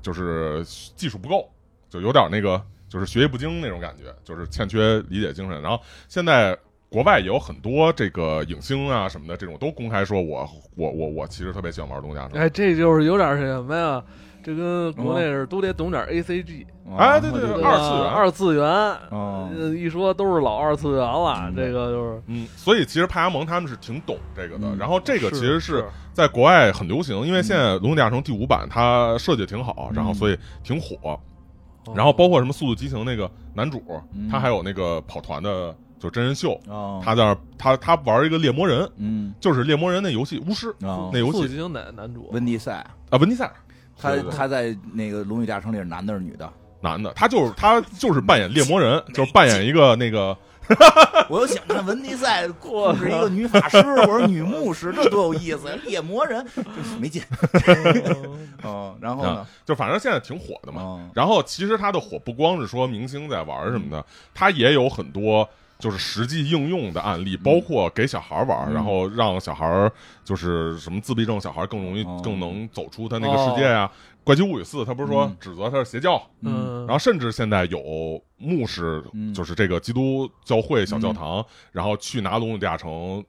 就是技术不够，就有点儿那个就是学艺不精那种感觉，就是欠缺理解精神。然后现在。国外也有很多这个影星啊什么的，这种都公开说我我我我其实特别喜欢玩《龙啊与地下城》。
哎，这就是有点什么呀？这跟国内是都得懂点 A C G，
嗯
哎对对
我觉
对
得
哦二次元哦
二次元。
嗯，
呃一说都是老二次元了，这个就是
嗯，所以其实派拉蒙他们是挺懂这个的。
嗯
然后这个其实是
是
在国外很流行，因为现在《龙与地下城》第五版它设计得挺好，然后所以挺火。
嗯
然后包括什么《速度与激情》那个男主，
嗯
他还有那个跑团的就真人秀，
哦，
他在那儿他他玩一个猎魔人，
嗯
就是猎魔人那游戏巫师
啊
那，游
速
戏
哦激情男男主
温蒂塞，
啊文迪塞尔，
他
对对对
他在那个《龙与地下城》里是男的，是 女的？
男的，他就是他就是扮演猎 魔人，就是扮演一个那个
我又想看文迪 赛控制一个女法师或者女牧师，这多有意思呀！猎魔人就是没劲。 嗯，然后呢
啊？，就反正现在挺火的嘛。
嗯
然后其实它的火不光是说明星在玩儿什么的，它也有很多就是实际应用的案例，包括给小孩儿玩儿，
嗯
然后让小孩儿就是什么自闭症小孩儿更容易、
哦
更能走出他那个世界呀、怪奇物语四，他不是说
嗯
指责他是邪教，
嗯，
然后甚至现在有牧师，
嗯
就是这个基督教会小教堂，
嗯
然后去拿龙与地下城，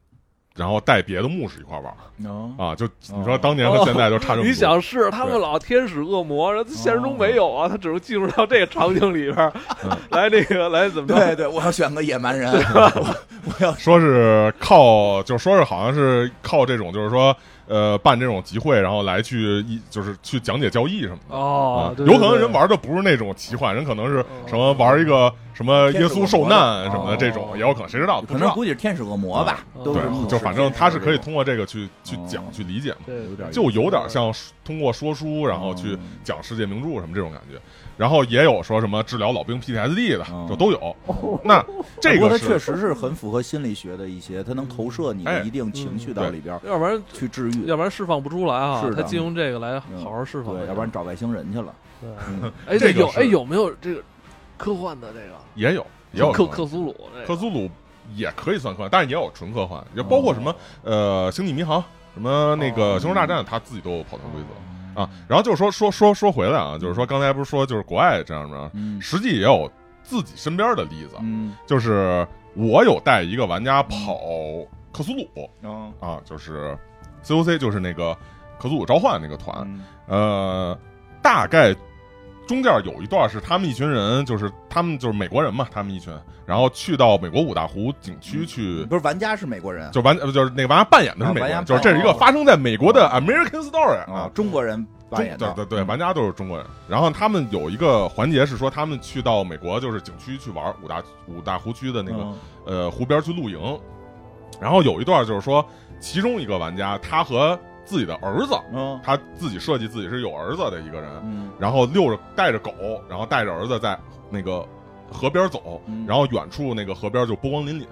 然后带别的牧师一块儿玩儿
嗯
啊，就你
哦
说当年和现在就差这么多。
哦你想是他们
对哦
老天使恶魔，然后现实中没有啊，他只是进入到这个场景里边儿
嗯
来那个来怎么着？
对对，我要选个野 蛮人，我我要
说是靠，就说是好像是靠这种，就是说，呃，办这种集会，然后来去一就是去讲解交易什么的。
哦
啊，
对哦
有可能人，玩的不是那种奇幻，人可能是什么玩一个什么耶稣受难什么的
天使恶魔
这种，
哦
也有可能，谁知道？不
可
知
能
道。
估计是天使恶魔吧，
嗯
都是牧师
对，就反正他是可
哦
天
以
使
通过这个去去
哦
讲、去理解嘛，
对
有
对
点
就有点像通过说书，然后去
哎哦
讲世界名著什么这种感觉。然后也有说什么治疗老兵 PTSD 的
哦，
就都有。那这
不过
个
它
是
确实是很符合心理学的一些，它能投射你
哎
的一定情绪到里边儿
要不然
去治愈，
要不然释放不出来啊
是，的
他借用这个来好好释放
嗯对，，要不然找外星人去了。
对
嗯
哎，
这个
有
是
哎有没有这个科幻的这个
也有也有
克
可能
克苏鲁这个
克苏鲁也可以算科幻，但是也有纯科幻，也包括什么、
哦
呃《星际迷航》什么那个
哦
《星球大战》，它自己都有
嗯
跑团规则啊。然后就是说说说说回来啊，就是说刚才不是说就是国外这样吗？
嗯
实际也有自己身边的例子，
嗯
就是我有带一个玩家跑克苏鲁
嗯
啊，就是 COC 就是那个克苏鲁召唤那个团，
嗯
呃，大概中间有一段是他们一群人，就是他们就是美国人嘛，他们一群，然后去到美国五大湖景区去，
不是玩家是美国人啊
就完呃就是那个玩家扮演的是美国
嗯啊玩
人，
家
就是这是一
扮
个
演
发生在美国的 American Story
啊
啊，。
中国人扮演
中
的，嗯
对对对，玩家都是中国人。然后他们有一个环节是说，他们去到美国就是景区去玩五大五大湖区的那个
嗯
呃湖边去露营，然后有一段就是说，其中一个玩家他和自己的儿子，
嗯
他自己设计自己是有儿子的一个人，
嗯
然后遛着带着狗，然后带着儿子在那个河边走，
嗯
然后远处那个河边就波光粼粼，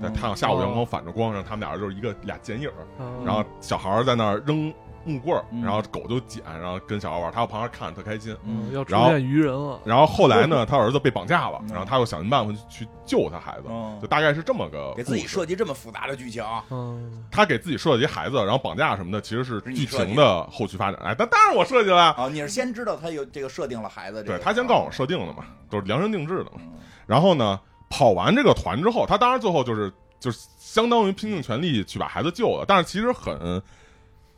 在
嗯
太阳下午阳光反着光，让他们俩就是一个俩剪影儿，
嗯
然后小孩儿在那儿扔木棍儿，
嗯
然后狗就捡，然后跟小孩玩，他在旁边看特开心。
嗯
嗯
要出
然后
现鱼人了，
然后后 来呢，他儿子被绑架了
嗯，
然后他又想尽办法去去救他孩子，
嗯
就大概是这么个
给自己
故事
设计这么复杂的剧情，啊
嗯，
他给自己设计孩子，然后绑架什么的，其实是
是你
剧
设计
情的后续发展。哎，但当然我设计了，
啊，你是先知道他有这个设定了孩子，
对他先告
告
诉我设定的嘛，都是量身定制的嘛。
嗯
然后呢，跑完这个团之后，他当然最后就是就是相当于拼尽全力去把孩子救了，但是其实很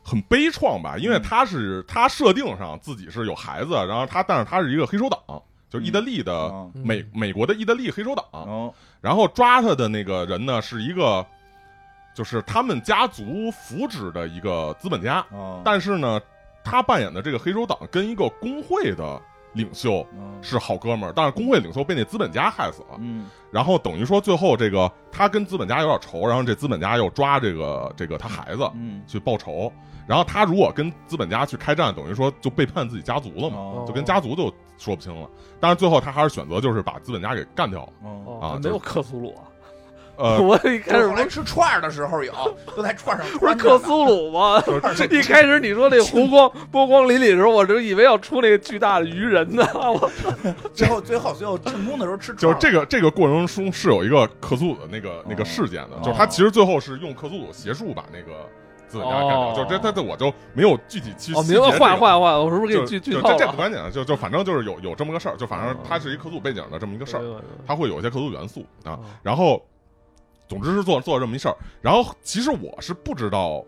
很悲怆吧，因为他是他设定上自己是有孩子，然后他但是他是一个黑手党，就是意大利的、
嗯
美美国的意大利黑手党，
哦
然后抓他的那个人呢是一个就是他们家族扶植的一个资本家，
哦，
但是呢，他扮演的这个黑手党跟一个工会的领袖
嗯
是好哥们儿，但是工会领袖被那资本家害死了。
嗯
然后等于说最后这个他跟资本家有点仇，然后这资本家又抓这个这个他孩子
嗯，
去报仇。然后他如果跟资本家去开战，等于说就背叛自己家族了嘛，
哦
啊就跟家族就说不清了。但是最后他还是选择就是把资本家给干掉了。
哦，
哦
啊
没有克苏鲁啊，
呃，
我一 开始
我来吃串儿的时候有，都在串上
不是
穿着
克
呢
苏鲁吗？
就是这
一开始你说那湖光波光粼粼的时候，我就以为要出那个巨大的鱼人呢。我
最后最后最后进攻的时候吃
哦
就
串
是
儿
这个这个过程中是有一个克苏鲁的那个那个事件的，
哦
就是他其实最后是用克苏鲁邪术把那个资本家干掉，
哦
就是这他这我就没有具体去
哦，
细
明
节
白，
这个
坏坏坏，我是不是给
就
你剧剧
就
透
这这
了哦
不？关键，啊就就反正就是有有这么个事儿，就反正它是一克苏鲁背景的这么一个事儿，
明白明白
它会有一些克苏鲁元素啊
哦。
然后，总之是做做了这么一事儿。然后其实我是不知道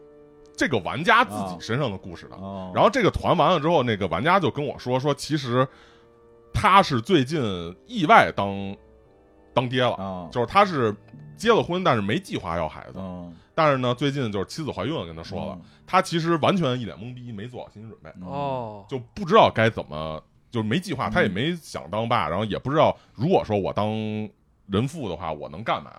这个玩家自己身上的故事的。
哦
然后这个团完了之后，那个玩家就跟我说说，其实他是最近意外当当爹了，
啊，
就是他是结了婚，但是没计划要孩子，
嗯，
但是呢，最近就是妻子怀孕了，跟他说了，他其实完全一脸懵逼，没做好心理准备。
嗯，
哦，
就不知道该怎么，就是没计划，他也没想当爸，然后也不知道如果说我当人父的话，我能干嘛。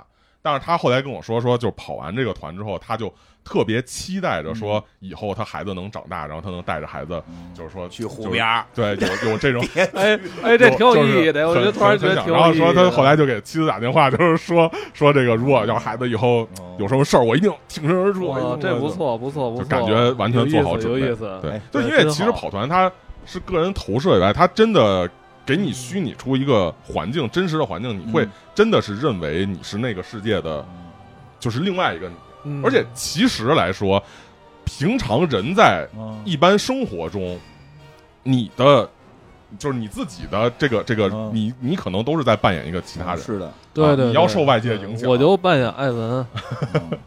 但是他后来跟我说，说就跑完这个团之后，他就特别期待着说以后他孩子能长大，然后他能带着孩
嗯
子，就是说
去湖边，儿，。
就是对，有有这种
别
哎哎，这挺有
嗯就是
意义的，我
很
觉得突然
很
觉得挺
很想然
有
后
意义的。
说他后来就给妻子打电话，就是说说这个，如果要孩子以后
哦
有什么事儿，我一定挺身而出。哎
哇
呦
哦这
我
不错不错不错，
就感觉完全做好准
有
备
意思有意思。
对
哎，
就
对
因为
真
其实
好
跑团它是个人投射以外，它真的给你虚拟出一个环境，真实的环境，你会
嗯
真的是认为你是那个世界的，就是另外一个你。
嗯
而且其实来说，平常人在
嗯
一般生活中，你的就是你自己的这个这个
嗯，
你你可能都是在扮演一个其他人，
是的，
啊
对对，
你要
对
受外界影响
我就扮演艾文。
嗯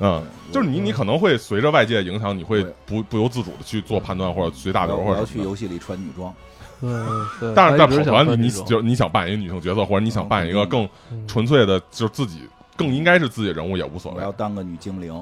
嗯。就是你，你可能会随着外界影响，你会
对
不不由自主的去做判断，或者随大流，或
我
者
要
什
去
么的
游戏里穿女装，
对对，
但是在
我一直
跑
想
团
扮
里，你
这种
就你想扮演一个女性角色，或者你想扮演一个更
嗯
纯粹的，就是自己更应该是自己的人物也无所
我
谓
要。当个女 精灵，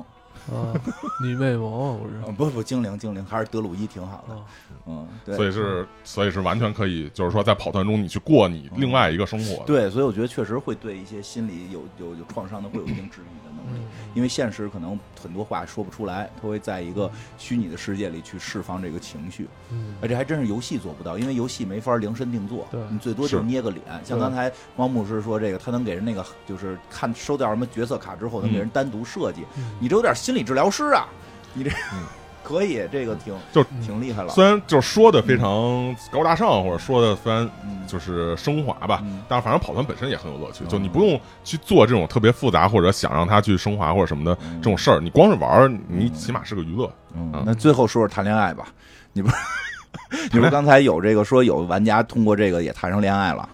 啊，女魅魔，啊我是
嗯不不，精灵精灵还是德鲁伊挺好的，
啊，
嗯，对，
所以是，所以是完全可以，就是说在跑团中你去过你另外一个生活。，
对，所以我觉得确实会对一些心理有有有创伤的会有一定治愈的
嗯
能力，因为现实可能很多话说不出来，他会在一个虚拟的世界里去释放这个情绪，
嗯
而且还真是游戏做不到，因为游戏没法量身定做
对，
你最多就是捏个脸。像
对
刚才汪牧师说这个，他能给人那个就是看收到什么角色卡之后，
嗯
能给人单独设计，你这有点心理治疗师啊，你这、
嗯
可以，这个挺
就
挺厉害了。
虽然就是说的非常高大上，或者说的虽然
嗯
就是升华吧
嗯，
但是反正跑团本身也很有乐趣。
嗯
就你不用去做这种特别复杂，或者想让它去升华或者什么的
嗯
这种事儿，你光是玩儿，你起码是个娱乐。
嗯
嗯，
那最后说说谈恋爱吧，你 不是你不是刚才有这个说有玩家通过这个也谈上恋爱了，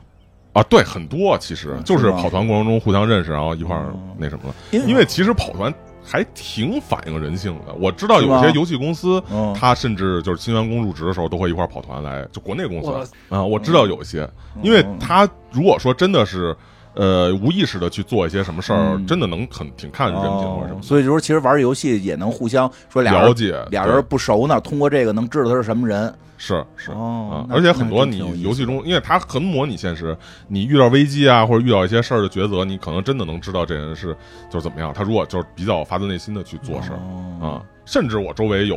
啊，对，很多其实
嗯
就是
是吗
跑团过程中互相认识，然后一块儿
嗯
那什么了。
因为
因为其实跑团还挺反映人性的。我知道
是
有
吗
些游戏公司，
嗯
他甚至就是新员工入职的时候都会一块儿跑团来，就国内公
我
司啊，我
哦
知道有一些，因为他如果说真的是。呃，无意识的去做一些什么事儿，
嗯
真的能很挺看人品或者什么
哦。所以就是其实玩游戏也能互相说俩人
了解，
俩
对
人不熟呢，通过这个能知道他是什么人。
是是
哦
啊，
那
而且很多
那还真挺有意
你
思
游戏中，因为它很模拟现实，你遇到危机啊，或者遇到一些事儿的抉择，你可能真的能知道这人是就是怎么样。他如果就是比较发自内心的去做事儿啊
哦，，
甚至我周围有，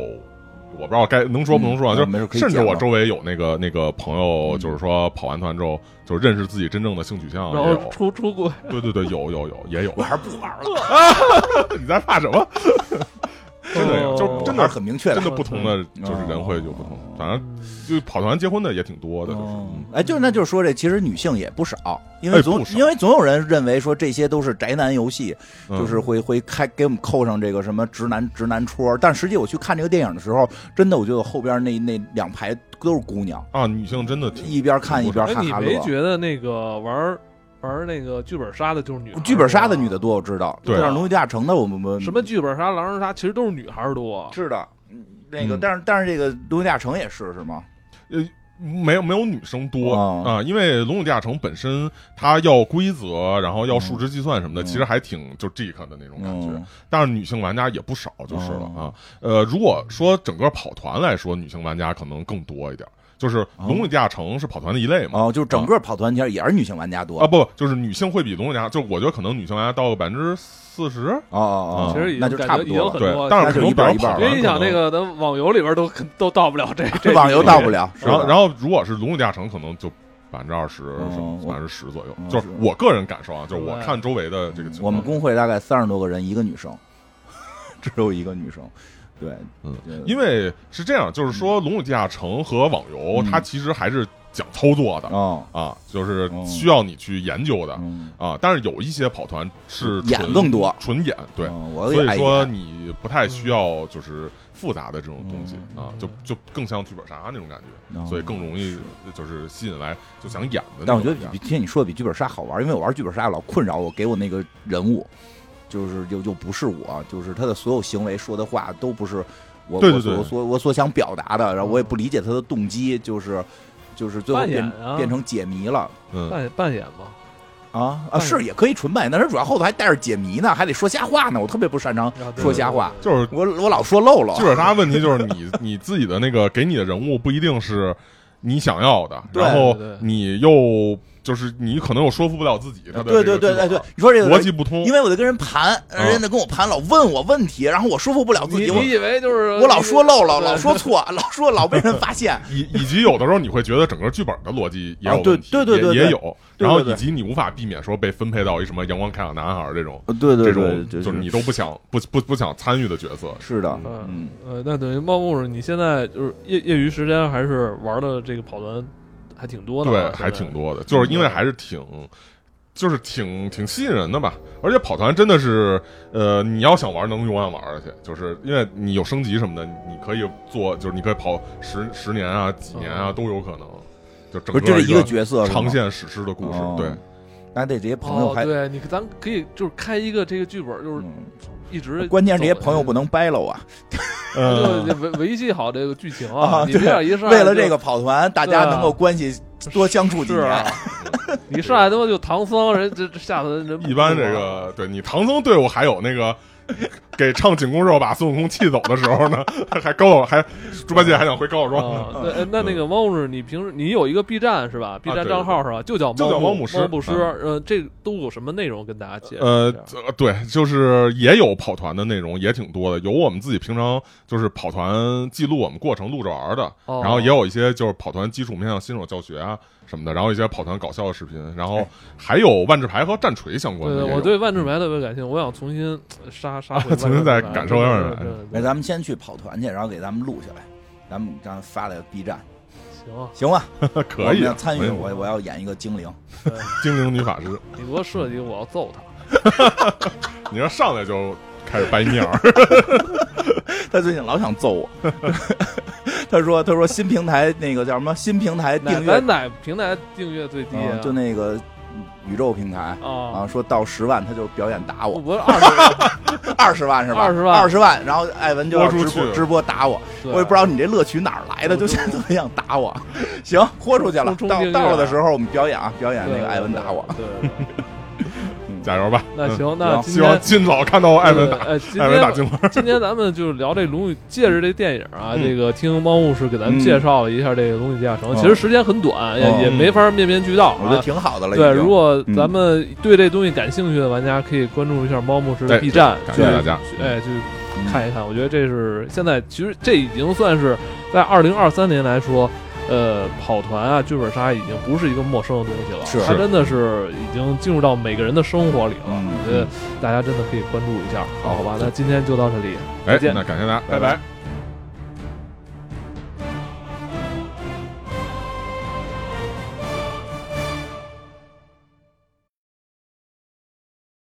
我不知道该能说不能说
嗯
啊，就
啊没事可
是
以
甚至
讲
我
了
周围有那个那个朋友，
嗯
就是说跑完团之后，就认识自己真正的性取向
然
哦
也
后
有，
出出轨，
对对对，有有有也有
我，还是不玩了，
你在怕什么？真的有，就
哦
真
我还
的
是很明确的
真的。不同的，就是人会有不同，反正就跑团结婚的也挺多的，就是
哦
嗯
哎，就是那就是说这其实女性也不少，因为
哎
总
不少
因为总有人认为说这些都是宅男游戏，
嗯
就是会会开给我们扣上这个什么直男直男戳，但实际我去看这个电影的时候，真的我觉得后边那那两排都是姑娘，
啊，女性真的挺
一边看一边
哎，
哈
你
哈
没
乐。啊
觉得那个玩儿玩儿那个剧本杀的就是女孩儿
剧本杀的女
多
的多，我知道，
对
像《龙与地下城》的我们
啊？
我
哦
们
什么剧本杀、狼人杀，其实都是女孩儿多。
是的，嗯那个，
嗯
但是但是这个《龙与地下城》也是是吗？
没有没有女生多啊、
哦
因为《龙与地下城》本身它要规则，然后要数值计算什么的，
嗯
其实还挺就 geek 的那种感觉。
嗯
但是女性玩家也不少，就是了、
哦
啊。呃，如果说整个跑团来说，女性玩家可能更多一点，就是《龙与地下城》是跑团的一类嘛。
哦，就是整个跑团圈也是女性玩家多
啊，不，就是女性会比龙与地下，就是我觉得可能女性玩家到百分之四十，
哦
嗯
哦哦，
其实已
那
经
就
感
差
觉
不
已经
多
很
了。
对
多，了。
但
那就
是可能
一半
比较跑
一半
因
团
为你想
啊可
那
能
个，咱网游里边都都到不了这这
网游到不了，是
然后，
吧
然后如果是《龙与地下城》，可能就百分之二十
嗯，我
百分之十左右
嗯。
就是
是
我个人感受啊，就是我
对
看周围的这个情
我
况
们，工会大概三十多个人，一个女生，只有一个女生。对，
嗯
对，
因为是这样，就是说《龙与地下城》和网游，
嗯
它其实还是讲操作的
哦，
啊，就是
哦
需要你去研究的
嗯，
啊。但是有一些跑团是
演
纯
更多
纯演对。
哦我
所
也
以
爱
说
演
你不太需要就是复杂的这种东西
嗯
啊，就就更像剧本杀那种感觉，
哦
所以更容易就是吸引来就想演的那种玩家。
但我觉得比听你说的比剧本杀好玩，因为我玩剧本杀老困扰我，给我那个人物，就是就就不是我，就是他的所有行为说的话都不是我
对对对嗯
我所我所我所想表达的，然后我也不理解他的动机，就是就是最后
扮演
变、
啊
变成解谜了
嗯，
扮扮演嘛，
啊啊
扮演
是也可以纯扮演，但是主要后头还带着解谜呢，还得说瞎话呢，我特别不擅长
啊对
说瞎话，
就是
我我老说漏了
剧，本杀问题就是你 你自己的那个给你的人物不一定是你想要的，
对
然后
对对
你又就是你可能又说服不了自己他的
对
这
对
个
对对
剧
对
本，
你说这个
逻辑不通啊
因。为我得跟人盘，人家跟我盘老问我问题，然后我说服不了自
你
己，我
你以为就是
我老说漏了，
对
老说错，老说老被人发现。
以以及有的时候你会觉得整个剧本的逻辑也有
啊对
问题，
对对对
也也
对
有，
对
然后
对
以及你无法避免说被分配到一什么阳光开朗男孩儿这种
对
这
对
种
对，
就是你都不想不不不想参与的角色，
是的，
嗯
嗯，
呃，那等于猫牧师，你现在就是业业余时间还是玩的这个跑团还挺多的
对
啊，，
还挺
多。
多的，就是因为还是挺，就是挺挺吸引人的吧。而且跑团真的是，呃，你要想玩能永远玩下去，就是因为你有升级什么的，你可以做，就是你可以跑十十年啊、几年啊
嗯
都有可能。就整
不是这
个
是一个角色，
长，线史诗的故事，
哦
对，
那得这些朋友
哦，
还，
对你，咱可以就是开一个这个剧本，就是一直
嗯关键这些朋友不
能
能掰了啊！
就
呃，
维维系好这个剧情
啊
你这样一上来
为了
就啊
这个跑团，大家能够关系多相处几
是啊
年，，
你上来他妈就唐僧，人这这下头人
一般这
啊
个对你唐僧队伍还有那个。给唱紧箍咒把孙悟空气走的时候呢， 还高老还猪八戒还想回高老庄呢，
啊，那呃那那个猫牧师，你平时你有一个 B 站是吧？B 站
嗯啊对
账号是吧？就叫
就叫
猫
猫牧师
猫牧师，
嗯
呃，这都有什么内容跟大家介绍？
呃，这对，就是也有跑团的内容，也挺多的，有我们自己平常就是跑团记录我们过程录着玩儿的，
哦
然后也有一些就是跑团基础面向新手教学啊什么的，然后一些跑团搞笑的视频，然后还有万智牌和战锤相关
对哎
的
对，
也有。
我对万智牌特别感兴趣，我想重新呃杀杀回万智牌。
嗯啊重新再感受一
对对
下
对
那
对对
咱们先去跑团去，然后给咱们录下来，咱们让发在 B 站，
行啊，
行吧？我
可
们
以
要参
可
与，
以
我我要演一个精灵，
对
精灵女法师，
你给我设计，我要揍他。
你要上来就开始掰 面儿，
他最近老想揍我。 他说：“他说新平台那个叫什么？新平台
哪
订阅
咱哪平台订阅最低啊
嗯？就那个宇宙平台啊，
啊，
说到十万他就表演打
我
我，
不是二 十，
二十万是吧？
20万
二十万，然后艾文就要直
豁出
播
去
直播打我，
对
我也不知道你这乐趣哪儿来的，
我
就
就
想怎么想打我。行，豁出去了，
冲冲
到
订阅
到了的时候我们表演啊，表演
对
那个艾文打我。
对，对对
加油吧！
那
嗯，
行，那
行
今
希望
天
尽早看到艾文打
呃，今
艾文
天
打金花。
今天咱们就聊这《龙与》，借着这电影啊，
嗯
这个听猫牧师给咱们
嗯
介绍了一下这个《龙与地下城》
嗯
其实时间很短，也也
嗯
没法面面俱到
我觉得
啊。
挺好的了，
对，
已经
如果
嗯
咱们对这东西感兴趣的玩家，可以关注一下猫牧师的
哎
对
B 站，
哎感
去
谢大家
去哎，去
嗯
看一看。我觉得这是现在其实这已经算是在二零二三年来说，呃，跑团啊、剧本杀已经不是一个陌生的东西了，
是
它真的是已经进入到每个人的生活里了。
嗯
我觉得大家真的可以关注一下，好吧？那今天就到这里，
哎
再，见
那感谢大家，
拜
拜
拜
拜。